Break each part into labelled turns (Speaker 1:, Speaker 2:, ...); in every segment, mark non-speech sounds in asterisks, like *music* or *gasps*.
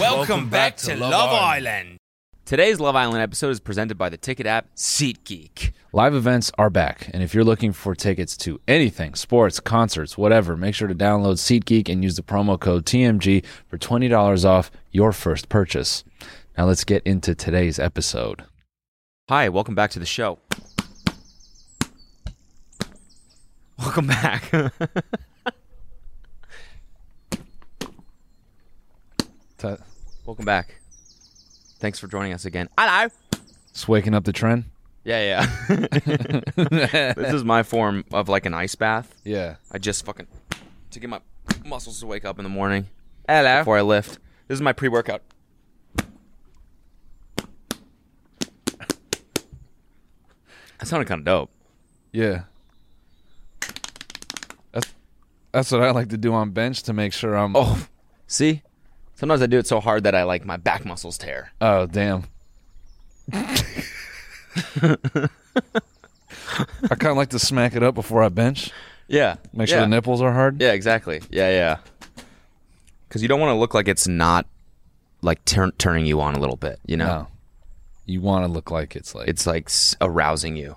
Speaker 1: Welcome, back, to, Love Island.
Speaker 2: Today's Love Island episode is presented by the ticket app SeatGeek.
Speaker 3: Live events are back, and if you're looking for tickets to anything, sports, concerts, whatever, make sure to download SeatGeek and use the promo code TMG for $20 off your first purchase. Now let's get into today's episode.
Speaker 2: Hi, welcome back to the show. Welcome back. *laughs* welcome back. Thanks for joining us again. Hello.
Speaker 3: It's waking up the *laughs* trend.
Speaker 2: Yeah, *laughs* yeah. this is my form of like an ice bath.
Speaker 3: Yeah.
Speaker 2: I just fucking to get my muscles to wake up in the morning. Hello. Before I lift. This is my pre-workout. That sounded kind of dope.
Speaker 3: Yeah. That's, that's what I like to do on bench to make sure I'm.
Speaker 2: Oh, see? Sometimes I do it so hard that I like my back muscles tear.
Speaker 3: oh *laughs* damn. I kind of like to smack it up before I bench.
Speaker 2: Yeah.
Speaker 3: Make sure the nipples are hard.
Speaker 2: Yeah, exactly. Yeah, yeah. Because you don't want to look like it's not like turn turning you on a little bit, you know?
Speaker 3: No. You want to look like it's like
Speaker 2: It's like s- arousing you.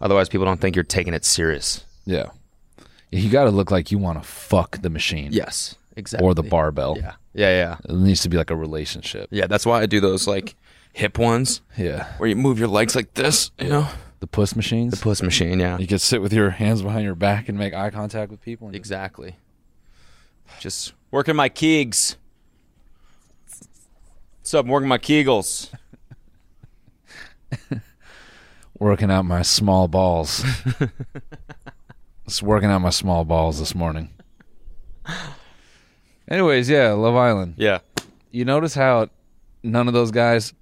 Speaker 2: Otherwise, people don't think you're taking it serious.
Speaker 3: yeah. Yeah, You got to look like you want to fuck the machine
Speaker 2: Yes, exactly.
Speaker 3: or the barbell.
Speaker 2: Yeah, yeah, yeah.
Speaker 3: It needs to be like a relationship.
Speaker 2: Yeah, that's why I do those like hip ones
Speaker 3: Yeah.
Speaker 2: where you move your legs like this, you know?
Speaker 3: The puss machines.
Speaker 2: Puss machine, yeah.
Speaker 3: you could sit with your hands behind your back and make eye contact with people. And just-
Speaker 2: Exactly. Just working my kegs. What's up? I'm working my kegels.
Speaker 3: working out my small *laughs* balls. Just working out my small balls this morning. Anyways, yeah, Love Island.
Speaker 2: Yeah.
Speaker 3: You notice how none of those guys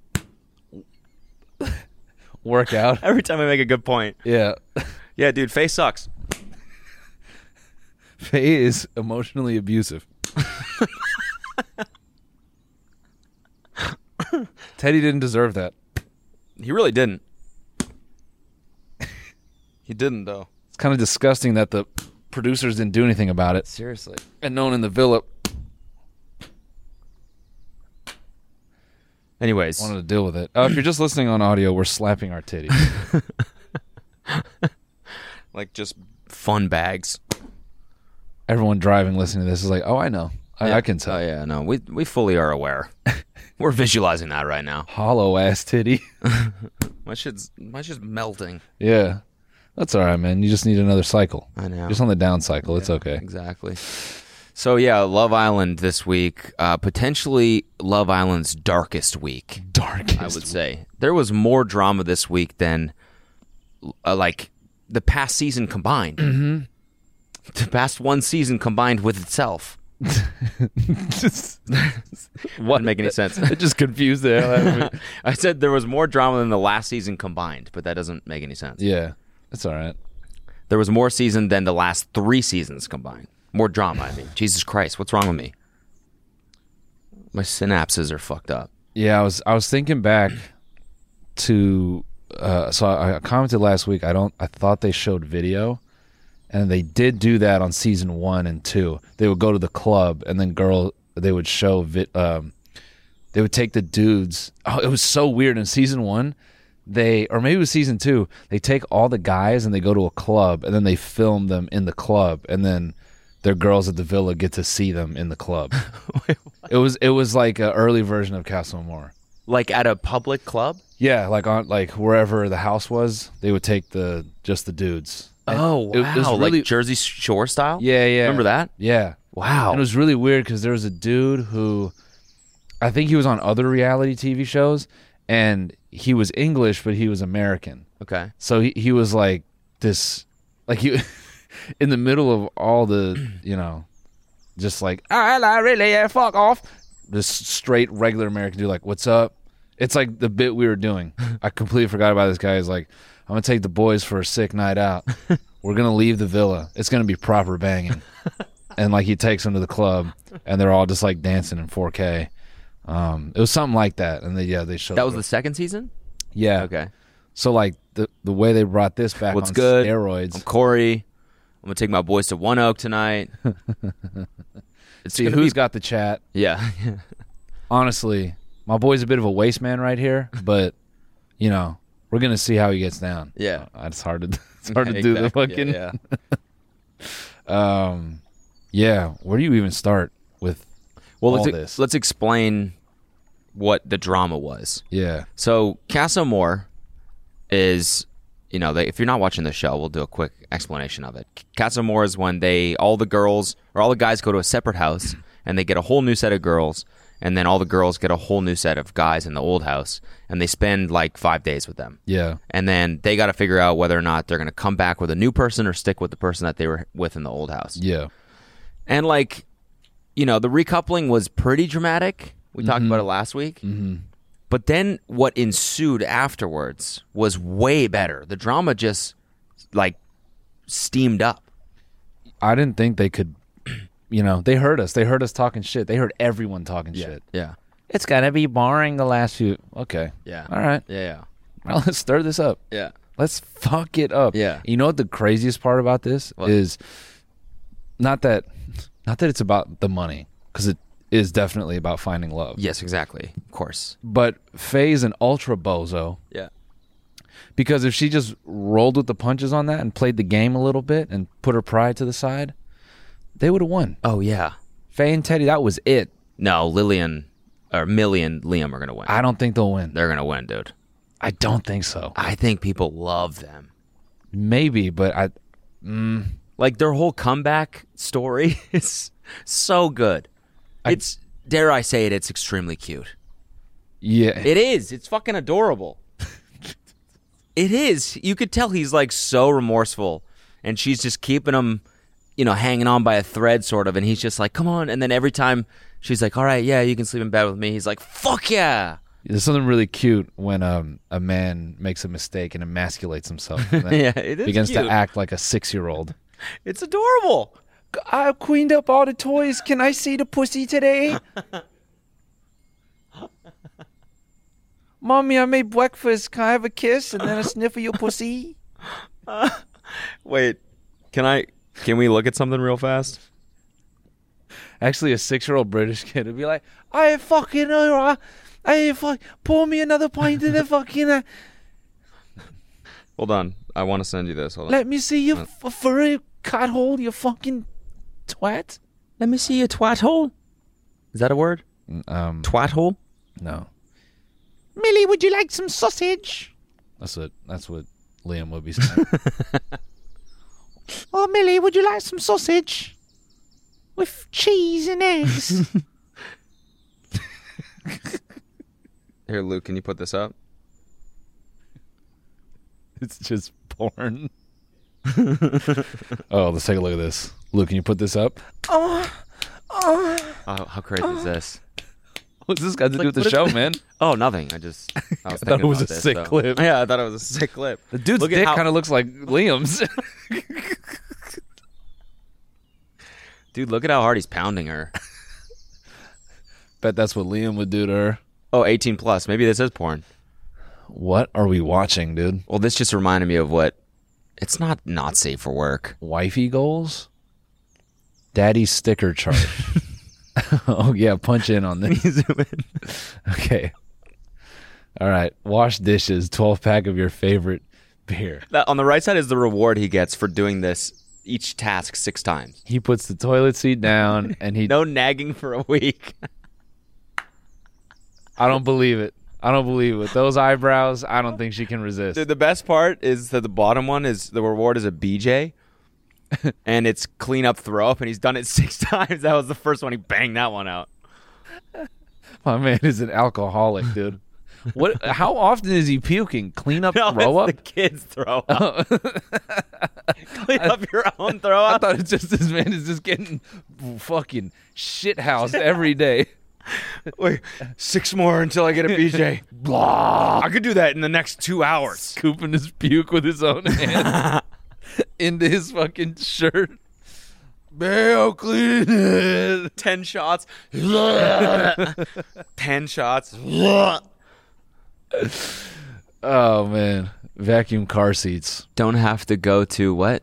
Speaker 3: work
Speaker 2: *laughs*
Speaker 3: out? *laughs*
Speaker 2: Every time I make a good point.
Speaker 3: Yeah.
Speaker 2: Yeah, dude, face sucks.
Speaker 3: Faye is emotionally abusive. Teddy didn't deserve that.
Speaker 2: He really didn't. he didn't though.
Speaker 3: It's kind of disgusting that the producers didn't do anything about it.
Speaker 2: Seriously.
Speaker 3: And no one in the villa
Speaker 2: Anyways,
Speaker 3: wanted to deal with it. Uh, if you're just listening on audio, we're slapping our *laughs* titties.
Speaker 2: like just fun bags.
Speaker 3: Everyone driving listening to this is like, oh, I know. I, I can
Speaker 2: Oh
Speaker 3: tell.
Speaker 2: yeah, no, we we fully are *laughs* aware. We're visualizing that right now.
Speaker 3: Hollow ass titty. *laughs*
Speaker 2: My shit's my shit's melting.
Speaker 3: yeah. That's all right, man. You just need another cycle.
Speaker 2: I know.
Speaker 3: Just on the down cycle. It's okay.
Speaker 2: Exactly. So yeah, Love Island this week, uh, potentially Love Island's darkest week.
Speaker 3: Dark.
Speaker 2: I would say there was more drama this week than uh, like the past season combined. Mm-hmm. *laughs* The past one season combined with *laughs* itself. What didn't make any sense?
Speaker 3: *laughs* It just confused the hell out of me.
Speaker 2: *laughs* I said there was more drama than the last season combined, but that doesn't make any sense.
Speaker 3: *laughs* Yeah. It's all right.
Speaker 2: There was more season than the last three seasons combined. More drama. I mean, Jesus Christ, what's wrong with me? My synapses are fucked up.
Speaker 3: Yeah, I was I was thinking back to uh, so I, I commented last week. I don't I thought they showed video, and they did do that on season one and two. They would go to the club and then girl they would show vi- um, they would take the dudes. Oh, it was so weird in season one. They or maybe it was season two. They take all the guys and they go to a club and then they film them in the club and then their girls at the villa get to see them in the club. it was it was like an early version of Castle Moore.
Speaker 2: Like at a public club?
Speaker 3: Yeah, like on like wherever the house was, they would take the just the dudes. And
Speaker 2: oh, wow.
Speaker 3: it- it was really-
Speaker 2: like Jersey Shore style?
Speaker 3: yeah, yeah.
Speaker 2: Remember that?
Speaker 3: Yeah.
Speaker 2: Wow.
Speaker 3: And it was really weird because there was a dude who, I think he was on other reality TV shows, and he was English, but he was American.
Speaker 2: okay.
Speaker 3: So he, he was like this, like he, *laughs* in the middle of all the, you know, just like, "Ah, I, I really, yeah, fuck off. This straight, regular American dude, like, what's up? It's like the bit we were doing. I completely forgot about this guy. He's like, I'm going to take the boys for a sick night out. We're going to leave the villa. It's going to be proper banging. and like, he takes them to the club, and they're all just like dancing in 4K. Um, it was something like that. And they, yeah, they showed
Speaker 2: That was the second season?
Speaker 3: yeah.
Speaker 2: Okay.
Speaker 3: So like the the way they brought this back
Speaker 2: What's
Speaker 3: on
Speaker 2: good?
Speaker 3: steroids.
Speaker 2: I'm Corey. I'm gonna take my boys to One Oak
Speaker 3: *laughs*
Speaker 2: tonight. It's
Speaker 3: See
Speaker 2: gonna
Speaker 3: who's
Speaker 2: be-
Speaker 3: got the chat.
Speaker 2: *laughs* Yeah.
Speaker 3: Honestly, my boy's a bit of a waste man right here, *laughs* but you know we're gonna see how he gets down.
Speaker 2: Yeah.
Speaker 3: Uh, it's hard to *laughs* it's
Speaker 2: *laughs*
Speaker 3: hard to do the
Speaker 2: Exactly.
Speaker 3: fucking yeah,
Speaker 2: Yeah, yeah.
Speaker 3: Where do you even start with?
Speaker 2: Well,
Speaker 3: all
Speaker 2: let's,
Speaker 3: this?
Speaker 2: let's explain what the drama was.
Speaker 3: Yeah,
Speaker 2: So Casa Amor is, you know, they, if you're not watching the show, we'll do a quick explanation of it. Casa Amor is when they all the girls or all the guys go to a separate house and they get a whole new set of girls, and then all the girls get a whole new set of guys in the old house, and they spend like five days with them.
Speaker 3: yeah,
Speaker 2: And then they got to figure out whether or not they're going to come back with a new person or stick with the person that they were with in the old house.
Speaker 3: yeah,
Speaker 2: And like, you know, the recoupling was pretty dramatic. We talked about it last week. Mm-hmm. But then what ensued afterwards was way better. The drama just like steamed up.
Speaker 3: I didn't think they could. *clears throat* You know, they heard us. They heard us talking shit. They heard everyone talking shit.
Speaker 2: Yeah.
Speaker 3: It's gotta be boring the last few. Okay.
Speaker 2: Yeah.
Speaker 3: All right.
Speaker 2: Yeah. Yeah.
Speaker 3: Well, *laughs* let's stir this up.
Speaker 2: Yeah.
Speaker 3: Let's fuck it up.
Speaker 2: Yeah.
Speaker 3: You know what the craziest part about this
Speaker 2: What?
Speaker 3: is? Not that, not that it's about the money, because it is definitely about finding love.
Speaker 2: Yes, exactly. Of course.
Speaker 3: But Faye's an ultra bozo
Speaker 2: Yeah.
Speaker 3: because if she just rolled with the punches on that and played the game a little bit and put her pride to the side, they would have won.
Speaker 2: Oh yeah.
Speaker 3: Faye and Teddy, that was it.
Speaker 2: No, Lillian or Millie and Liam are going to win.
Speaker 3: I don't think they'll win.
Speaker 2: They're going to win, dude.
Speaker 3: I don't think so.
Speaker 2: I think people love them.
Speaker 3: Maybe, but I.
Speaker 2: Like their whole comeback story *laughs* is so good. it's dare I say it, it's extremely cute.
Speaker 3: Yeah.
Speaker 2: It is. It's fucking *laughs* adorable. it is. You could tell he's like so remorseful and she's just keeping him, you know, hanging on by a thread sort of and he's just like, "Come on." And then every time she's like, "All right, yeah, you can sleep in bed with me." He's like, "Fuck yeah."
Speaker 3: There's something really cute when um, a man makes a mistake and emasculates himself.
Speaker 2: *laughs*
Speaker 3: And then
Speaker 2: Yeah, it is
Speaker 3: Begins
Speaker 2: cute.
Speaker 3: to act like a six year old.
Speaker 2: It's adorable.
Speaker 3: I cleaned up all the toys. Can I see the pussy today? *laughs* Mommy, I made breakfast. Can I have a kiss and then a sniff of your pussy?
Speaker 2: Wait. Can I can we look at something real fast?
Speaker 3: *laughs* Actually, a six year old British kid would be like, I fucking, uh, I fuck, pour me another pint *laughs* of the fucking, uh,
Speaker 2: Hold on. I want to send you this. Hold on.
Speaker 3: let me see your f- furry cut hole, you fucking twat.
Speaker 2: Let me see your twat hole. Is that a word?
Speaker 3: Um,
Speaker 2: Twat hole?
Speaker 3: No. Millie, would you like some sausage? That's what that's what Liam would be *laughs* saying. oh, Millie, would you like some sausage with cheese and
Speaker 4: *laughs*
Speaker 3: eggs?
Speaker 2: Here, Luke, can you put this up?
Speaker 3: it's just porn. *laughs* oh, let's take a look at this. Luke, can you put this up?
Speaker 2: Oh, how crazy
Speaker 3: *gasps*
Speaker 2: is this?
Speaker 3: What's this got to do with
Speaker 2: what
Speaker 3: the
Speaker 2: is
Speaker 3: show,
Speaker 2: that?
Speaker 3: man?
Speaker 2: Oh, nothing. I
Speaker 3: *laughs*
Speaker 2: just I was
Speaker 3: thought it
Speaker 2: thinking
Speaker 3: was
Speaker 2: about
Speaker 3: a
Speaker 2: this,
Speaker 3: sick
Speaker 2: though.
Speaker 3: clip.
Speaker 2: Yeah, I thought it was a sick clip.
Speaker 3: The dude's
Speaker 2: Look at
Speaker 3: dick
Speaker 2: how-
Speaker 3: kind of looks like Liam's. *laughs*
Speaker 2: dude, look at how hard he's pounding her.
Speaker 3: Bet that's what Liam would do to her.
Speaker 2: Oh, 18 plus. Maybe this is porn.
Speaker 3: What are we watching, dude?
Speaker 2: Well, this just reminded me of what. It's not not safe for
Speaker 3: *laughs*
Speaker 2: work.
Speaker 3: wifey goals daddy's sticker *laughs* chart oh yeah punch in on this okay all right wash dishes 12 pack of your favorite beer
Speaker 2: That, on the right side is the reward he gets for doing this each task six times.
Speaker 3: he puts the toilet seat down and he
Speaker 2: No nagging for a week. *laughs*
Speaker 3: i don't believe it i don't believe it with those eyebrows i don't think she can
Speaker 2: *laughs*
Speaker 3: resist
Speaker 2: Dude, the best part is that the bottom one is the reward is a BJ, and it's clean up throw up, and he's done it *laughs* six times. That was the first one. He banged that one out. *laughs*
Speaker 3: My man is an alcoholic, dude. What? How often is he puking? Clean up,
Speaker 2: No,
Speaker 3: throw
Speaker 2: it's
Speaker 3: up.
Speaker 2: the kids throw up. *laughs* clean up your *laughs* own throw
Speaker 3: I
Speaker 2: up.
Speaker 3: thought it's just this man is just getting fucking
Speaker 2: *laughs*
Speaker 3: shit housed every day.
Speaker 2: Wait, six more until I get a BJ. *laughs* Blah. I could do that in the next two *laughs* hours.
Speaker 3: scooping his puke with his own hand
Speaker 2: *laughs*
Speaker 3: into his fucking shirt. Bail clean
Speaker 2: *laughs*
Speaker 3: it.
Speaker 2: Ten shots. Ten shots.
Speaker 3: Oh man, vacuum car seats.
Speaker 2: Don't have to go to what?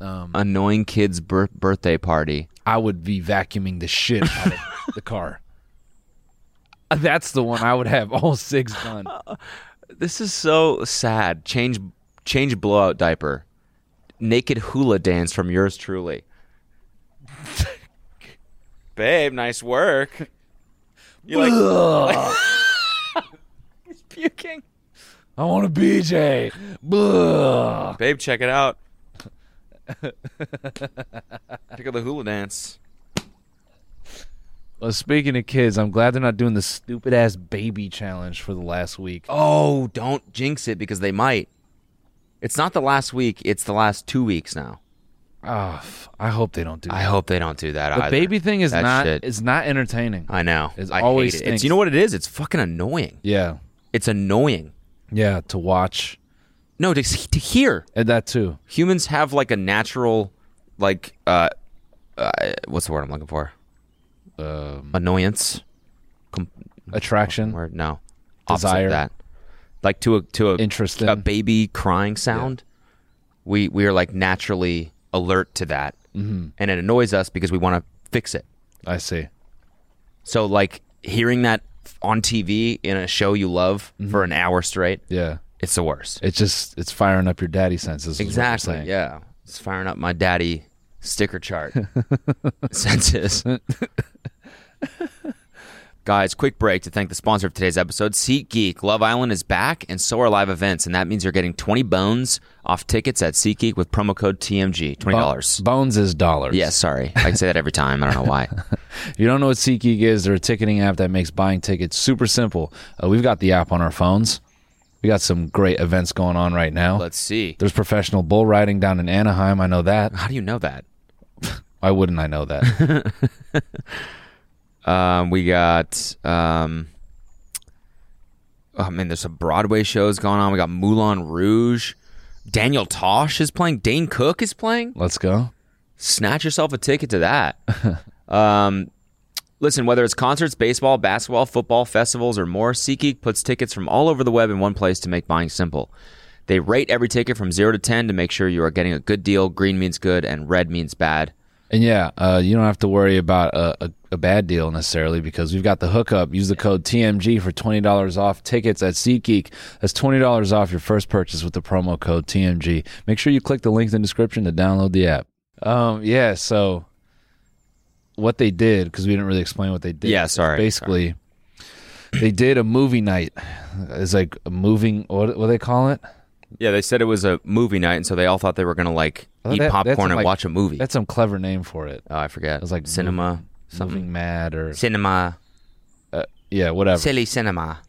Speaker 2: Annoying kid's bir- birthday party.
Speaker 3: I would be vacuuming the shit out of *laughs* the car. Uh, That's the one I would have all six *laughs* done.
Speaker 2: This is so sad. Change, change blowout diaper. Naked hula dance from yours truly. *laughs* Babe, nice work. You're like
Speaker 3: *laughs*
Speaker 2: He's puking.
Speaker 3: I want a BJ. Blah.
Speaker 2: Babe, check it out. *laughs* Pick up the hula dance.
Speaker 3: Well, Uh, speaking of kids, I'm glad they're not doing the stupid ass baby challenge for the last week.
Speaker 2: Oh, don't jinx it because they might. It's not the last week, it's the last two weeks now.
Speaker 3: Ah, f- I hope they don't do that.
Speaker 2: I hope they don't do that
Speaker 3: the
Speaker 2: either.
Speaker 3: baby thing is
Speaker 2: That
Speaker 3: not
Speaker 2: shit-
Speaker 3: is not entertaining.
Speaker 2: I know.
Speaker 3: It's
Speaker 2: I
Speaker 3: always
Speaker 2: hate it. It's,
Speaker 3: stinks.
Speaker 2: you know what it is? It's fucking annoying.
Speaker 3: Yeah,
Speaker 2: It's annoying.
Speaker 3: yeah, to watch
Speaker 2: No, to, s- to hear.
Speaker 3: and that too.
Speaker 2: Humans have like a natural, like, uh, uh what's the word I'm looking for? Um, Annoyance. Com-
Speaker 3: Attraction.
Speaker 2: word? No. Opposite of
Speaker 3: Desire.
Speaker 2: that. Like to a to a
Speaker 3: Interest
Speaker 2: a
Speaker 3: in.
Speaker 2: baby crying sound. We we are like naturally alert to that, mm-hmm. and it annoys us because we want to fix it.
Speaker 3: I see.
Speaker 2: So like hearing that on TV in a show you love
Speaker 3: Mm-hmm.
Speaker 2: for an hour straight,
Speaker 3: Yeah,
Speaker 2: it's the worst.
Speaker 3: it's just it's firing up your daddy senses. is what you're
Speaker 2: Exactly.
Speaker 3: saying.
Speaker 2: Yeah. It's firing up my daddy sticker
Speaker 3: *laughs*
Speaker 2: chart. Census. Guys, quick break to thank the sponsor of today's episode, SeatGeek. Love Island is back, and so are live events, and that means you're getting 20 bones off tickets at SeatGeek with promo code TMG, $20.
Speaker 3: Bo- Bones is dollars.
Speaker 2: Yeah, sorry. I say that every time. I don't know
Speaker 3: *laughs*
Speaker 2: why.
Speaker 3: If you don't know what SeatGeek is, they're a ticketing app that makes buying tickets super simple. Uh, we've got the app on our phones. We got some great events going on right now.
Speaker 2: Let's see.
Speaker 3: There's professional bull riding down in Anaheim. I know that.
Speaker 2: How do you know that?
Speaker 3: Why wouldn't I
Speaker 2: *laughs*
Speaker 3: know that?
Speaker 2: Um, we got. Um, I mean, there's some Broadway shows going on. We got Moulin Rouge. Daniel Tosh is playing. Dane Cook is playing.
Speaker 3: Let's go.
Speaker 2: Snatch yourself a ticket to *laughs* that. um, listen, whether it's concerts, baseball, basketball, football, festivals, or more, SeatGeek puts tickets from all over the web in one place to make buying simple. They rate every ticket from zero to ten to make sure you are getting a good deal. Green means good, and red means bad.
Speaker 3: And yeah, uh, you don't have to worry about a, a, a bad deal necessarily because we've got the hookup. Use the code TMG for twenty dollars off tickets at SeatGeek. That's twenty dollars off your first purchase with the promo code TMG. Make sure you click the link in the description to download the app. Um, yeah. So what they did because we didn't really explain what they did.
Speaker 2: Yeah, sorry,
Speaker 3: Basically, they did a movie night. It's like a moving. What what do they call it?
Speaker 2: Yeah, they said it was a movie night, and so they all thought they were going to like eat
Speaker 3: That- that's
Speaker 2: popcorn
Speaker 3: some,
Speaker 2: and
Speaker 3: like-
Speaker 2: watch a movie.
Speaker 3: That's some clever name for it.
Speaker 2: oh, I forget. It
Speaker 3: was like
Speaker 2: cinema, something,
Speaker 3: Something mad or
Speaker 2: cinema,
Speaker 3: yeah, whatever.
Speaker 2: silly cinema.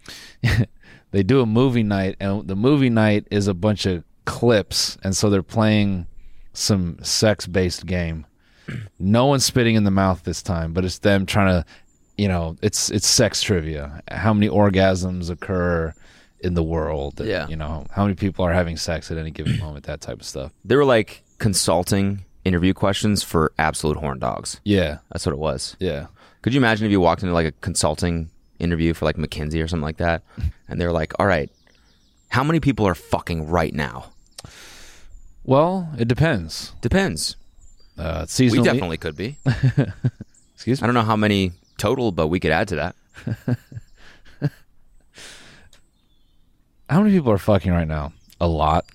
Speaker 3: they do a movie night and the movie night is a bunch of clips and so they're playing some sex based game *clears throat* no one's spitting in the mouth this time but it's them trying to you know it's it's sex trivia how many orgasms occur in the world and,
Speaker 2: Yeah.
Speaker 3: you know how many people are having sex at any given moment that type of stuff
Speaker 2: They were like consulting interview questions for absolute horn dogs.
Speaker 3: yeah
Speaker 2: That's what it was.
Speaker 3: yeah
Speaker 2: Could you imagine if you walked into like a consulting interview for like McKinsey or something like
Speaker 3: *laughs*
Speaker 2: that, and they're like, "All right, how many people are fucking right now?"
Speaker 3: well it depends
Speaker 2: Depends. We
Speaker 3: uh seasonally
Speaker 2: definitely could be.
Speaker 3: *laughs* excuse
Speaker 2: I
Speaker 3: me
Speaker 2: don't know how many total, but we could add to that.
Speaker 3: how many people are fucking right now a lot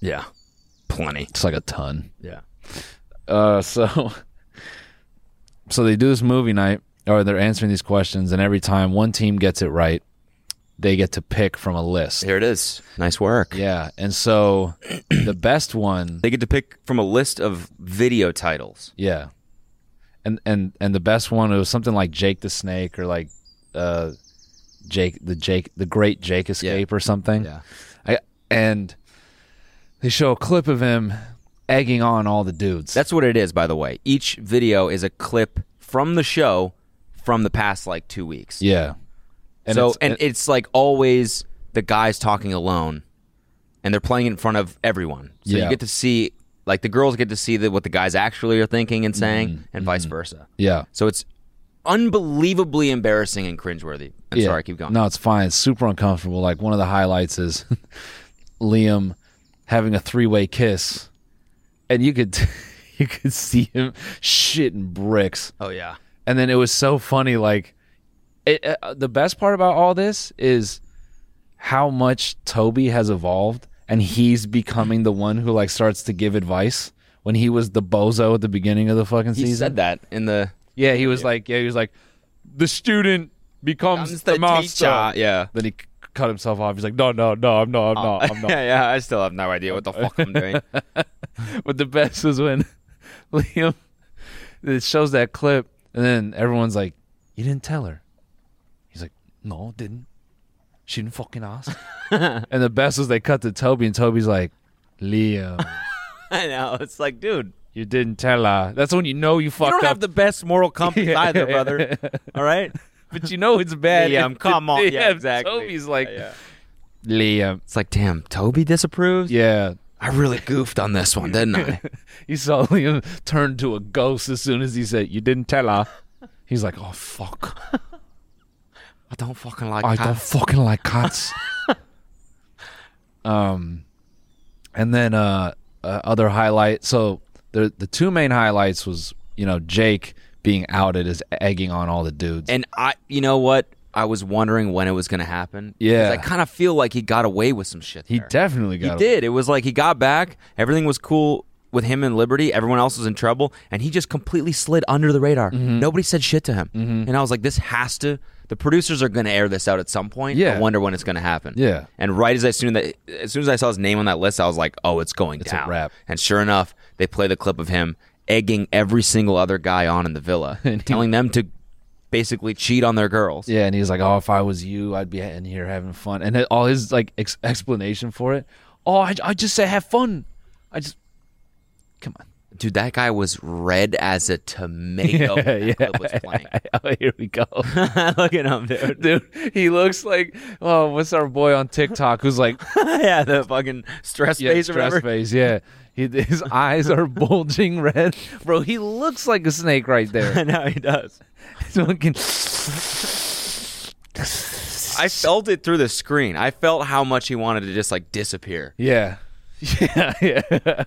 Speaker 2: Yeah, plenty.
Speaker 3: it's like a ton
Speaker 2: Yeah.
Speaker 3: Uh, *laughs* so, so they do this movie night, or they're answering these questions, and every time one team gets it right, they get to pick from a list.
Speaker 2: Here it is. Nice work.
Speaker 3: Yeah, and
Speaker 2: *clears throat*
Speaker 3: so the best one,
Speaker 2: They get to pick from a list of video titles.
Speaker 3: yeah, and and and the best one it was something like Jake the Snake or like uh, Jake the Jake the Great Jake Escape or something.
Speaker 2: Yeah.
Speaker 3: I, and they show a clip of him egging on all the dudes.
Speaker 2: That's what it is, by the way. Each video is a clip from the show from the past like two weeks.
Speaker 3: yeah. And
Speaker 2: so
Speaker 3: it's-
Speaker 2: and it's like always the guys talking alone, and they're playing in front of everyone. So
Speaker 3: Yeah.
Speaker 2: you get to see like the girls get to see the, what the guys actually are thinking and saying,
Speaker 3: Mm-hmm.
Speaker 2: and vice versa.
Speaker 3: yeah.
Speaker 2: So it's unbelievably embarrassing and cringeworthy. I'm
Speaker 3: Yeah.
Speaker 2: sorry, keep going.
Speaker 3: No, it's fine. It's super uncomfortable. Like one of the highlights is *laughs* Liam having a three-way kiss, and you could *laughs* you could see him shitting bricks.
Speaker 2: Oh yeah.
Speaker 3: And then it was so funny. Like it, uh, the best part about all this is how much Toby has evolved, and he's becoming the one who like starts to give advice when he was the bozo at the beginning of the fucking
Speaker 2: He
Speaker 3: season.
Speaker 2: said that in the
Speaker 3: Yeah, he was like, yeah, he was like, the student becomes
Speaker 2: Comes
Speaker 3: the,
Speaker 2: the
Speaker 3: master.
Speaker 2: teacher, yeah.
Speaker 3: Then he c- cut himself off. He's like, no, no, no, I'm not, I'm not, I'm
Speaker 2: *laughs*
Speaker 3: not.
Speaker 2: yeah, yeah, I still have no idea what the fuck I'm *laughs* doing.
Speaker 3: *laughs* but the best was when *laughs* Liam it shows that clip, and then everyone's like, you didn't tell her. He's like, no, didn't. She didn't fucking *laughs* ask. and the best was they cut to Toby, and Toby's like, Liam,
Speaker 2: I know. It's like, dude,
Speaker 3: you didn't tell her. That's when you know you
Speaker 2: you
Speaker 3: fucked
Speaker 2: don't
Speaker 3: up.
Speaker 2: have the best moral *laughs* compass either, brother. All right?
Speaker 3: but you know it's *laughs* bad.
Speaker 2: Liam,
Speaker 3: And
Speaker 2: come on. Yeah,
Speaker 3: damn,
Speaker 2: exactly.
Speaker 3: Toby's like,
Speaker 2: Yeah.
Speaker 3: Liam.
Speaker 2: It's like, damn, Toby disapproves?
Speaker 3: Yeah,
Speaker 2: I really goofed on this one, didn't *laughs* I?
Speaker 3: You saw Liam turn to a ghost as soon as he said, "You didn't tell her." He's like, "Oh fuck,
Speaker 2: I don't fucking like
Speaker 3: I
Speaker 2: that.
Speaker 3: don't fucking
Speaker 2: *laughs*
Speaker 3: like cats." um, and then uh, uh, other highlight. So the the two main highlights was you know Jake being outed as egging on all the dudes.
Speaker 2: And I, you know what? I was wondering when it was going to happen. 'Cause
Speaker 3: Yeah.
Speaker 2: I kind of feel like he got away with some shit.
Speaker 3: he
Speaker 2: there.
Speaker 3: definitely
Speaker 2: He
Speaker 3: got.
Speaker 2: did. It was like he got back. Everything was cool with him and Liberty. Everyone else was in trouble, and he just completely slid under the radar.
Speaker 3: Mm-hmm.
Speaker 2: Nobody said shit to him. And I was like, this has to. The producers are going to air this out at some point.
Speaker 3: Yeah.
Speaker 2: I wonder when it's going to happen.
Speaker 3: Yeah.
Speaker 2: And right as I soon that as soon as I saw his name on that list, I was like, oh, it's going
Speaker 3: It's a
Speaker 2: down.
Speaker 3: wrap.
Speaker 2: And sure enough, they play the clip of him egging every single other guy on in the
Speaker 3: *laughs*
Speaker 2: villa, telling them to basically cheat on their girls.
Speaker 3: Yeah, and he's like, "Oh, if I was you, I'd be in here having fun." And then all his like ex- explanation for it, "Oh, I, I just say have fun. I just come on."
Speaker 2: Dude, that guy was red as a tomato. when that
Speaker 3: *laughs*
Speaker 2: clip was playing.
Speaker 3: Oh, here we go. *laughs*
Speaker 2: *laughs* Look at him, dude. *laughs*
Speaker 3: Dude, he looks like oh, what's our boy on TikTok
Speaker 2: *laughs*
Speaker 3: who's like
Speaker 2: yeah, the fucking stress
Speaker 3: yeah,
Speaker 2: face or
Speaker 3: stress
Speaker 2: whatever. *laughs*
Speaker 3: face, yeah. He, his eyes are bulging red, bro. He looks like a snake right
Speaker 2: *laughs*
Speaker 3: there.
Speaker 2: no, he does. *laughs*
Speaker 3: He's looking-
Speaker 2: I felt it through the screen. I felt how much he wanted to just like disappear.
Speaker 3: yeah, yeah, yeah.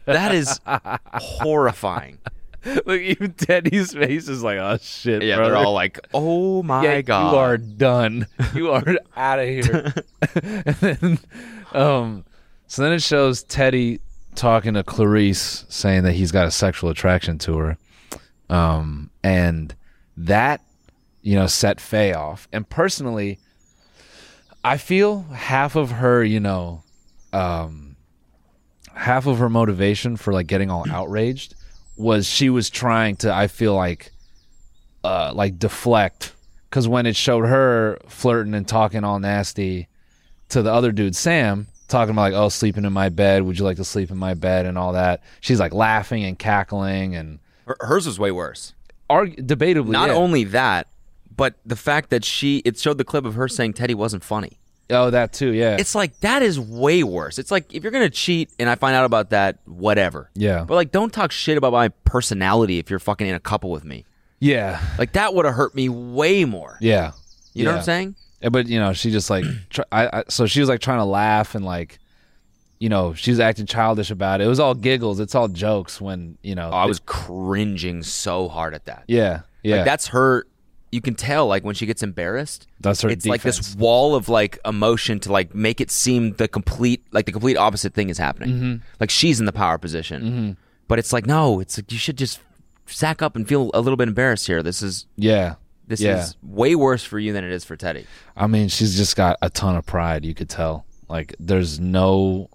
Speaker 2: That is *laughs* horrifying.
Speaker 3: Look, even Teddy's face is like, oh shit,
Speaker 2: Yeah,
Speaker 3: brother.
Speaker 2: they're all like, "Oh my
Speaker 3: yeah,
Speaker 2: god!"
Speaker 3: you are done.
Speaker 2: *laughs*
Speaker 3: You are out of here. *laughs* and then, um, so then it shows Teddy talking to Clarice, saying that he's got a sexual attraction to her, um, and that you know set Faye off. And personally, I feel half of her, you know, um, half of her motivation for like getting all outraged was she was trying to. I feel like uh, like deflect because when it showed her flirting and talking all nasty to the other dude sam talking about like oh sleeping in my bed would you like to sleep in my bed and all that she's like laughing and cackling and
Speaker 2: Her- Hers was way worse.
Speaker 3: arg- debatably
Speaker 2: Not
Speaker 3: yeah.
Speaker 2: only that, but the fact that she—it showed the clip of her saying Teddy wasn't funny.
Speaker 3: oh that too yeah
Speaker 2: It's like that is way worse. It's like if you're gonna cheat and I find out about that, whatever.
Speaker 3: Yeah.
Speaker 2: But like, don't talk shit about my personality if you're fucking in a couple with me.
Speaker 3: yeah
Speaker 2: Like that would have hurt me way more.
Speaker 3: yeah
Speaker 2: You know what
Speaker 3: Yeah.
Speaker 2: I'm saying?
Speaker 3: Yeah, but you know she
Speaker 2: *clears throat*
Speaker 3: just like tr- I, I so she was like trying to laugh and like you know she's acting childish about it it was all giggles it's all jokes when you know
Speaker 2: Oh, I was cringing so hard at that.
Speaker 3: yeah yeah
Speaker 2: Like that's her you can tell like when she gets embarrassed.
Speaker 3: That's her
Speaker 2: It's like this
Speaker 3: defense.
Speaker 2: wall of like emotion to like make it seem the complete like the complete opposite thing is happening.
Speaker 3: Mm-hmm.
Speaker 2: Like she's in the power position. But it's like no, it's like you should just sack up and feel a little bit embarrassed here. This is
Speaker 3: yeah
Speaker 2: This
Speaker 3: Yeah.
Speaker 2: is way worse for you than it is for Teddy.
Speaker 3: I mean, she's just got a ton of pride. You could tell. Like, there's no,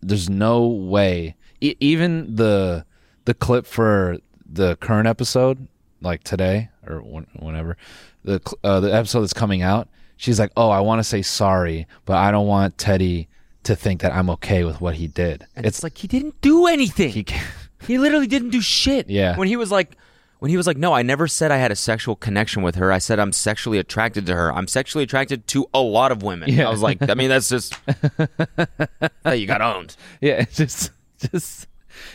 Speaker 3: there's no way. E- even the the clip for the current episode, like today or when, whenever, the cl- uh, the episode that's coming out, she's like, "Oh, I want to say sorry, but I don't want Teddy to think that I'm okay with what he did."
Speaker 2: And
Speaker 3: it's
Speaker 2: it's like he didn't do anything.
Speaker 3: he
Speaker 2: He,
Speaker 3: can't- *laughs*
Speaker 2: literally didn't do shit.
Speaker 3: Yeah.
Speaker 2: When he was like, when he was like, no, I never said I had a sexual connection with her. I said I'm sexually attracted to her. I'm sexually attracted to a lot of women.
Speaker 3: Yeah.
Speaker 2: I was like, I mean, that's *laughs* just that you got owned.
Speaker 3: yeah, it's just just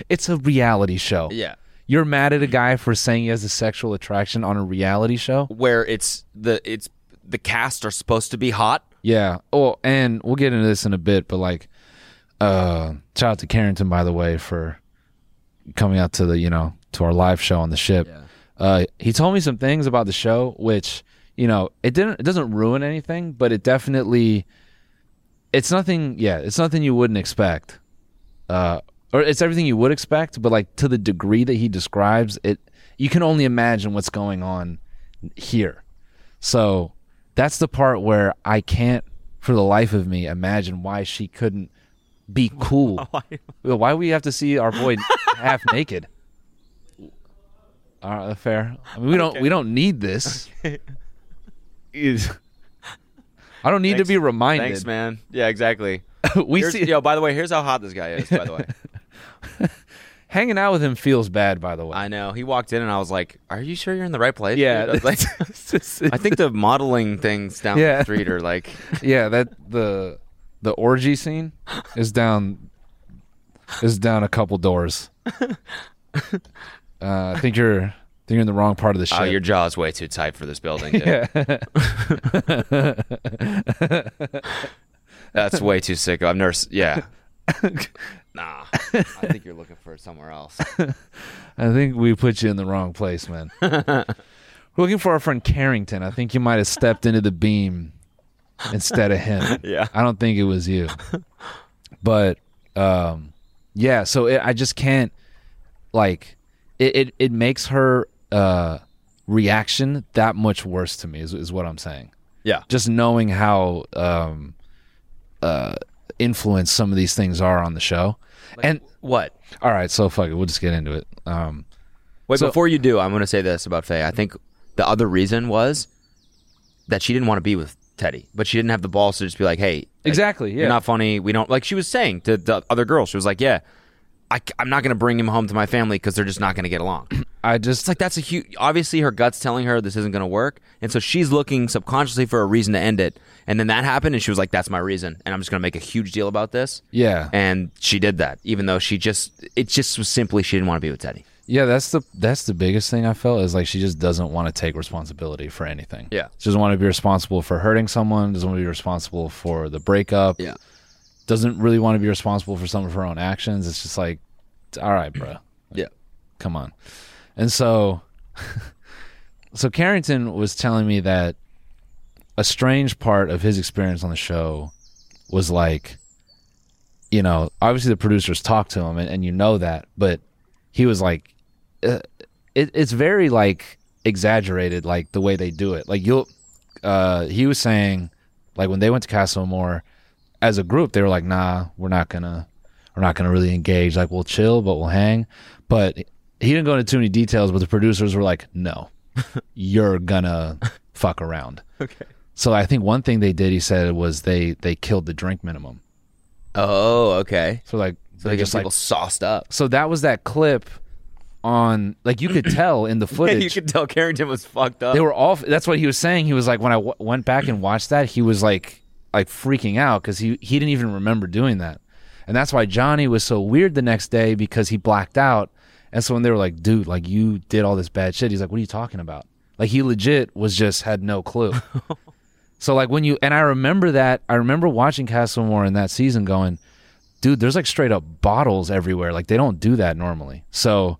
Speaker 3: it's a reality show.
Speaker 2: Yeah.
Speaker 3: You're mad at a guy for saying he has a sexual attraction on a reality show?
Speaker 2: Where it's the it's the cast are supposed to be hot.
Speaker 3: Yeah. Oh, and we'll get into this in a bit, but like, uh, shout out to Carrington by the way for coming out to the you know to our live show on the ship. Uh, he told me some things about the show, which you know it didn't it doesn't ruin anything, but it definitely it's nothing. Yeah, it's nothing you wouldn't expect. Uh, or it's everything you would expect, but like to the degree that he describes it, you can only imagine what's going on here. So that's the part where I can't, for the life of me, imagine why she couldn't
Speaker 2: *laughs*
Speaker 3: be cool. Well, why we have to see our boy half naked? All right, fair. I mean, we don't we don't need this.
Speaker 2: *laughs*
Speaker 3: Is- I don't need to be reminded.
Speaker 2: Thanks, man. Yeah, *laughs* exactly.
Speaker 3: *laughs* We
Speaker 2: Here's-
Speaker 3: see
Speaker 2: yo, by the way, here's how hot this guy is. By the *laughs* way,
Speaker 3: hanging out with him feels bad. By the way,
Speaker 2: I *laughs* know he walked in and I was like, "Are you sure you're in the right place?"
Speaker 3: Yeah.
Speaker 2: dude?" I, was like, I think the modeling things down
Speaker 3: Yeah.
Speaker 2: the street are like,
Speaker 3: yeah, that the the orgy scene is down is down a
Speaker 2: *laughs*
Speaker 3: couple doors. Uh, I think you're I think you're in the wrong part of the ship.
Speaker 2: "Oh, your jaw's way too tight for this building. Dude. *laughs* That's way too sick. I've never. s-
Speaker 3: *laughs*
Speaker 2: Yeah. nah. I think you're looking for somewhere else.
Speaker 3: I think we put you in the wrong place, man. We're looking for our friend Carrington. I think you might have stepped into the beam instead of him.
Speaker 2: Yeah.
Speaker 3: I don't think it was you. But um yeah, so it, I just can't like it, it it makes her uh reaction that much worse to me is is what I'm saying.
Speaker 2: Yeah.
Speaker 3: Just knowing how um uh influenced some of these things are on the show. and
Speaker 2: What?
Speaker 3: all right, so fuck it, we'll just get into it. Um
Speaker 2: Wait,
Speaker 3: So-
Speaker 2: before you do, I'm going to say this about Faye. I think the other reason was that she didn't want to be with Teddy, but she didn't have the balls to just be like, hey, like,
Speaker 3: Exactly, yeah.
Speaker 2: You're not funny. We don't, like she was saying to the other girls, she was like, yeah, I, am not going to bring him home to my family because they're just not going to get along. it's
Speaker 3: I just
Speaker 2: like, that's a huge, obviously her gut's telling her this isn't going to work. And so she's looking subconsciously for a reason to end it. And then that happened and she was like, that's my reason. And I'm just going to make a huge deal about this.
Speaker 3: Yeah.
Speaker 2: And she did that, even though she just, it just was simply she didn't want to be with Teddy.
Speaker 3: yeah, that's the that's the biggest thing I felt is like she just doesn't want to take responsibility for anything.
Speaker 2: Yeah.
Speaker 3: She doesn't want to be responsible for hurting someone, doesn't want to be responsible for the breakup.
Speaker 2: Yeah.
Speaker 3: Doesn't really want to be responsible for some of her own actions. It's just like all right, bro.
Speaker 2: Yeah.
Speaker 3: Come on. And so *laughs* so Carrington was telling me that a strange part of his experience on the show was like, you know, obviously the producers talked to him and, and you know that, but he was like, uh, it, it's very like exaggerated, like the way they do it. Like you'll, uh, he was saying, like when they went to Castle Moore as a group, they were like, nah, we're not gonna, we're not gonna really engage. Like we'll chill, but we'll hang. But he didn't go into too many details, but the producers were like,
Speaker 2: *laughs*
Speaker 3: no, you're gonna fuck around.
Speaker 2: Okay.
Speaker 3: So I think one thing they did, he said, was they they killed the drink minimum.
Speaker 2: Oh, okay.
Speaker 3: So like
Speaker 2: So
Speaker 3: they
Speaker 2: they get
Speaker 3: just
Speaker 2: people
Speaker 3: like
Speaker 2: sauced up.
Speaker 3: so that was that clip on like you could
Speaker 2: *laughs*
Speaker 3: tell in the
Speaker 2: *laughs*
Speaker 3: footage
Speaker 2: you could tell Carrington was fucked up.
Speaker 3: they were all. That's what he was saying. He was like when I w- went back and watched that, he was like like freaking out because he he didn't even remember doing that, and that's why Johnny was so weird the next day because he blacked out. And so when they were like, "Dude, like you did all this bad shit," he's like, "What are you talking about?" Like he legit was just had no clue. so like when you and I remember that I remember watching Castlemore in that season going, "Dude, there's like straight up bottles everywhere. Like they don't do that normally." So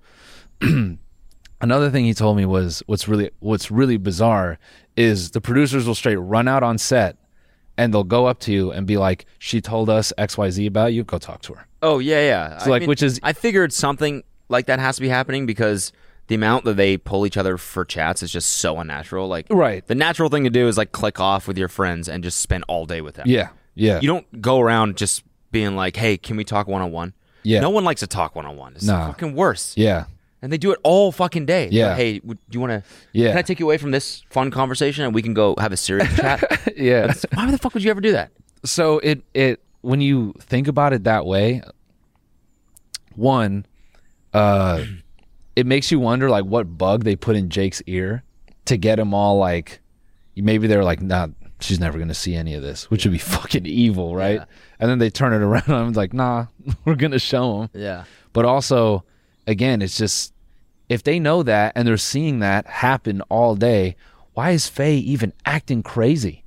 Speaker 3: another thing he told me was what's really what's really bizarre is the producers will straight run out on set and they'll go up to you and be like she told us xyz about you go talk to her
Speaker 2: oh yeah, yeah.
Speaker 3: So, like, which is-
Speaker 2: I figured something like that has to be happening because the amount that they pull each other for chats is just so unnatural. Like,
Speaker 3: Right.
Speaker 2: The natural thing to do is like click off with your friends and just spend all day with them.
Speaker 3: Yeah. Yeah.
Speaker 2: You don't go around just being like, "Hey, can we talk one on one?"
Speaker 3: Yeah.
Speaker 2: No one likes to talk one on one. It's
Speaker 3: Nah.
Speaker 2: fucking worse.
Speaker 3: yeah.
Speaker 2: And they do it all fucking day. They're
Speaker 3: Yeah.
Speaker 2: like, hey, would- do you want to?
Speaker 3: Yeah.
Speaker 2: Can I take you away from this fun conversation and we can go have a serious
Speaker 3: *laughs*
Speaker 2: chat?
Speaker 3: *laughs* Yeah.
Speaker 2: That's- Why the fuck would you ever do that?
Speaker 3: so it it when you think about it that way one uh *clears throat* it makes you wonder like what bug they put in jake's ear to get him all like maybe they're like nah she's never gonna see any of this which would be fucking evil right and then they turn it around and i'm like nah *laughs* we're gonna show him
Speaker 2: Yeah.
Speaker 3: but also again it's just if they know that and they're seeing that happen all day why is faye even acting crazy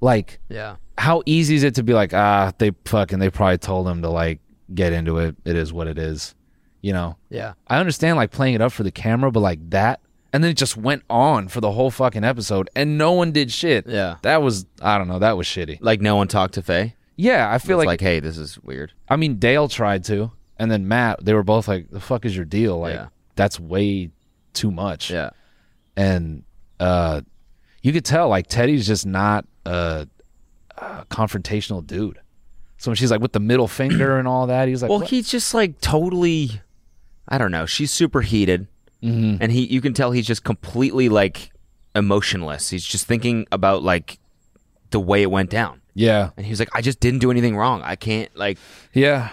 Speaker 3: like
Speaker 2: Yeah.
Speaker 3: how easy is it to be like, ah, they fucking, they probably told him to like get into it. It is what it is, you know?
Speaker 2: Yeah.
Speaker 3: I understand like playing it up for the camera, but like that, and then it just went on for the whole fucking episode, and no one did shit.
Speaker 2: Yeah.
Speaker 3: that was I don't know, that was shitty.
Speaker 2: Like no one talked to Faye.
Speaker 3: Yeah, I feel
Speaker 2: It's like,
Speaker 3: like,
Speaker 2: hey, this is weird.
Speaker 3: I mean Dale tried to, and then Matt, they were both like, the fuck is your deal? Like
Speaker 2: Yeah.
Speaker 3: that's way too much and uh you could tell like Teddy's just not a, a confrontational dude. So when she's like with the middle finger and all that, he's like,
Speaker 2: Well,
Speaker 3: "What?"
Speaker 2: he's just like totally. I don't know. She's super heated,
Speaker 3: Mm-hmm.
Speaker 2: and he you can tell he's just completely like emotionless. He's just thinking about like the way it went down,
Speaker 3: yeah,
Speaker 2: and he's like, I just didn't do anything wrong. I can't like.
Speaker 3: yeah,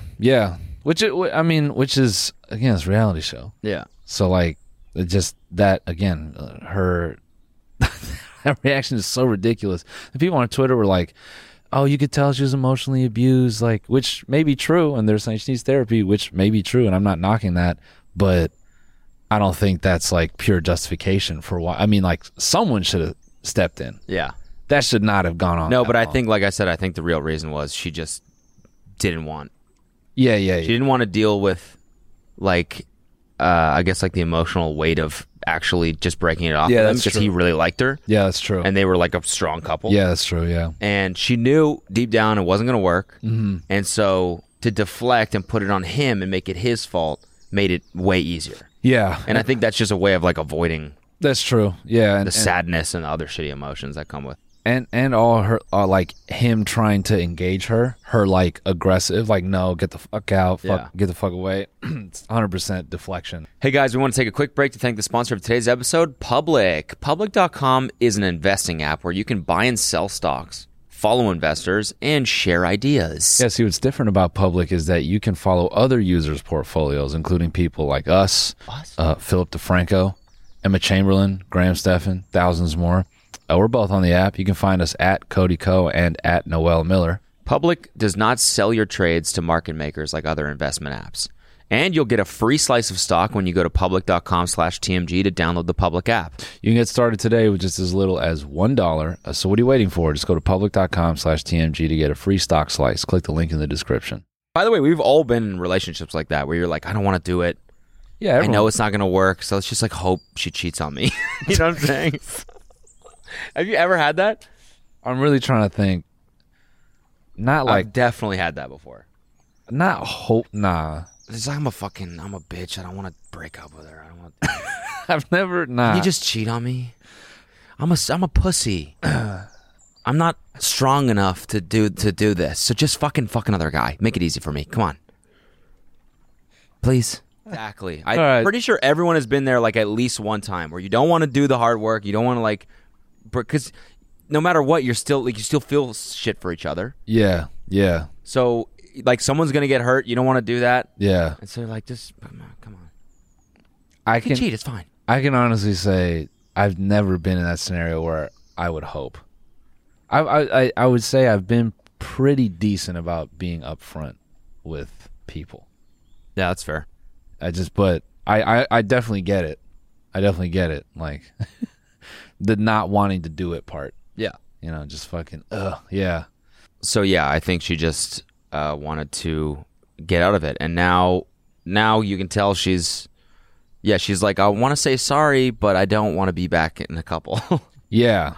Speaker 3: *clears throat* yeah. Which it, I mean, which is again, it's a reality show.
Speaker 2: Yeah.
Speaker 3: So like, it just that again, uh, her *laughs* that reaction is so ridiculous. The people on Twitter were like, "Oh, you could tell she was emotionally abused," like which may be true, and they're saying she needs therapy, which may be true, and I'm not knocking that, but I don't think that's like pure justification for why. I mean, like someone should have stepped in.
Speaker 2: Yeah.
Speaker 3: That should not have gone on.
Speaker 2: No,
Speaker 3: that
Speaker 2: but I
Speaker 3: long.
Speaker 2: think, like I said, I think the real reason was she just didn't want.
Speaker 3: yeah, yeah, yeah.
Speaker 2: She didn't want to deal with, like, uh, I guess, like the emotional weight of actually just breaking it off.
Speaker 3: Yeah,
Speaker 2: with him
Speaker 3: that's
Speaker 2: because he
Speaker 3: true.
Speaker 2: really liked her,
Speaker 3: yeah, that's true.
Speaker 2: and they were like a strong couple.
Speaker 3: yeah, that's true. Yeah,
Speaker 2: and she knew deep down it wasn't going to work,
Speaker 3: Mm-hmm.
Speaker 2: and so to deflect and put it on him and make it his fault made it way easier.
Speaker 3: yeah,
Speaker 2: And I think that's just a way of like avoiding
Speaker 3: that's true. Yeah, and,
Speaker 2: the sadness and the other shitty emotions that come with.
Speaker 3: and and all her uh, like him trying to engage her her like aggressive like no get the fuck out fuck
Speaker 2: Yeah.
Speaker 3: get the fuck away *clears throat* it's 100% deflection
Speaker 2: Hey guys, we want to take a quick break to thank the sponsor of today's episode, Public. Public.com is an investing app where you can buy and sell stocks, follow investors, and share ideas.
Speaker 3: yeah see what's different about public is that you can follow other users portfolios including people like us uh, philip defranco emma chamberlain graham Stephan, thousands more uh, we're both on the app you can find us at cody co and at noel miller
Speaker 2: Public does not sell your trades to market makers like other investment apps. And you'll get a free slice of stock when you go to public.com slash TMG to download the public app.
Speaker 3: You can get started today with just as little as $1. Uh, So what are you waiting for? Just go to public.com slash TMG to get a free stock slice. Click the link in the description.
Speaker 2: By the way, we've all been in relationships like that where you're like, I don't want to do it.
Speaker 3: Yeah,
Speaker 2: I know it's not going to work, so let's just like hope she cheats on me. *laughs* you know what I'm saying? Have you ever had that?
Speaker 3: I'm really trying to think. Not like,
Speaker 2: Oh, I've definitely had that before.
Speaker 3: not hope, nah. *laughs*
Speaker 2: It's like I'm a fucking, I'm a bitch. I don't want to break up with her. I don't want. Can
Speaker 3: I've never, nah.
Speaker 2: you just cheat on me? I'm a, s- I'm a pussy. *clears throat* I'm not strong enough to do to do this. So just fucking fuck another guy. Make it easy for me. Come on, please. *laughs* Exactly. I'm
Speaker 3: All right.
Speaker 2: pretty sure everyone has been there like at least one time where you don't want to do the hard work. You don't want to like, because no matter what, you're still like you still feel shit for each other.
Speaker 3: yeah, yeah,
Speaker 2: So like someone's gonna get hurt. You don't want to do that.
Speaker 3: yeah.
Speaker 2: And so like just come on, come on.
Speaker 3: I
Speaker 2: You can
Speaker 3: can,
Speaker 2: cheat, it's fine.
Speaker 3: I can honestly say I've never been in that scenario where I would hope. I, I, I- I would say I've been pretty decent about being upfront with people.
Speaker 2: Yeah, that's fair.
Speaker 3: I just, but I, I, I definitely get it. I definitely get it. Like *laughs* the not wanting to do it part,
Speaker 2: Yeah.
Speaker 3: you know, just fucking, ugh, yeah,
Speaker 2: So yeah, I think she just uh, wanted to get out of it, and now now you can tell she's yeah she's like I want to say sorry, but I don't want to be back in a couple. *laughs*
Speaker 3: yeah.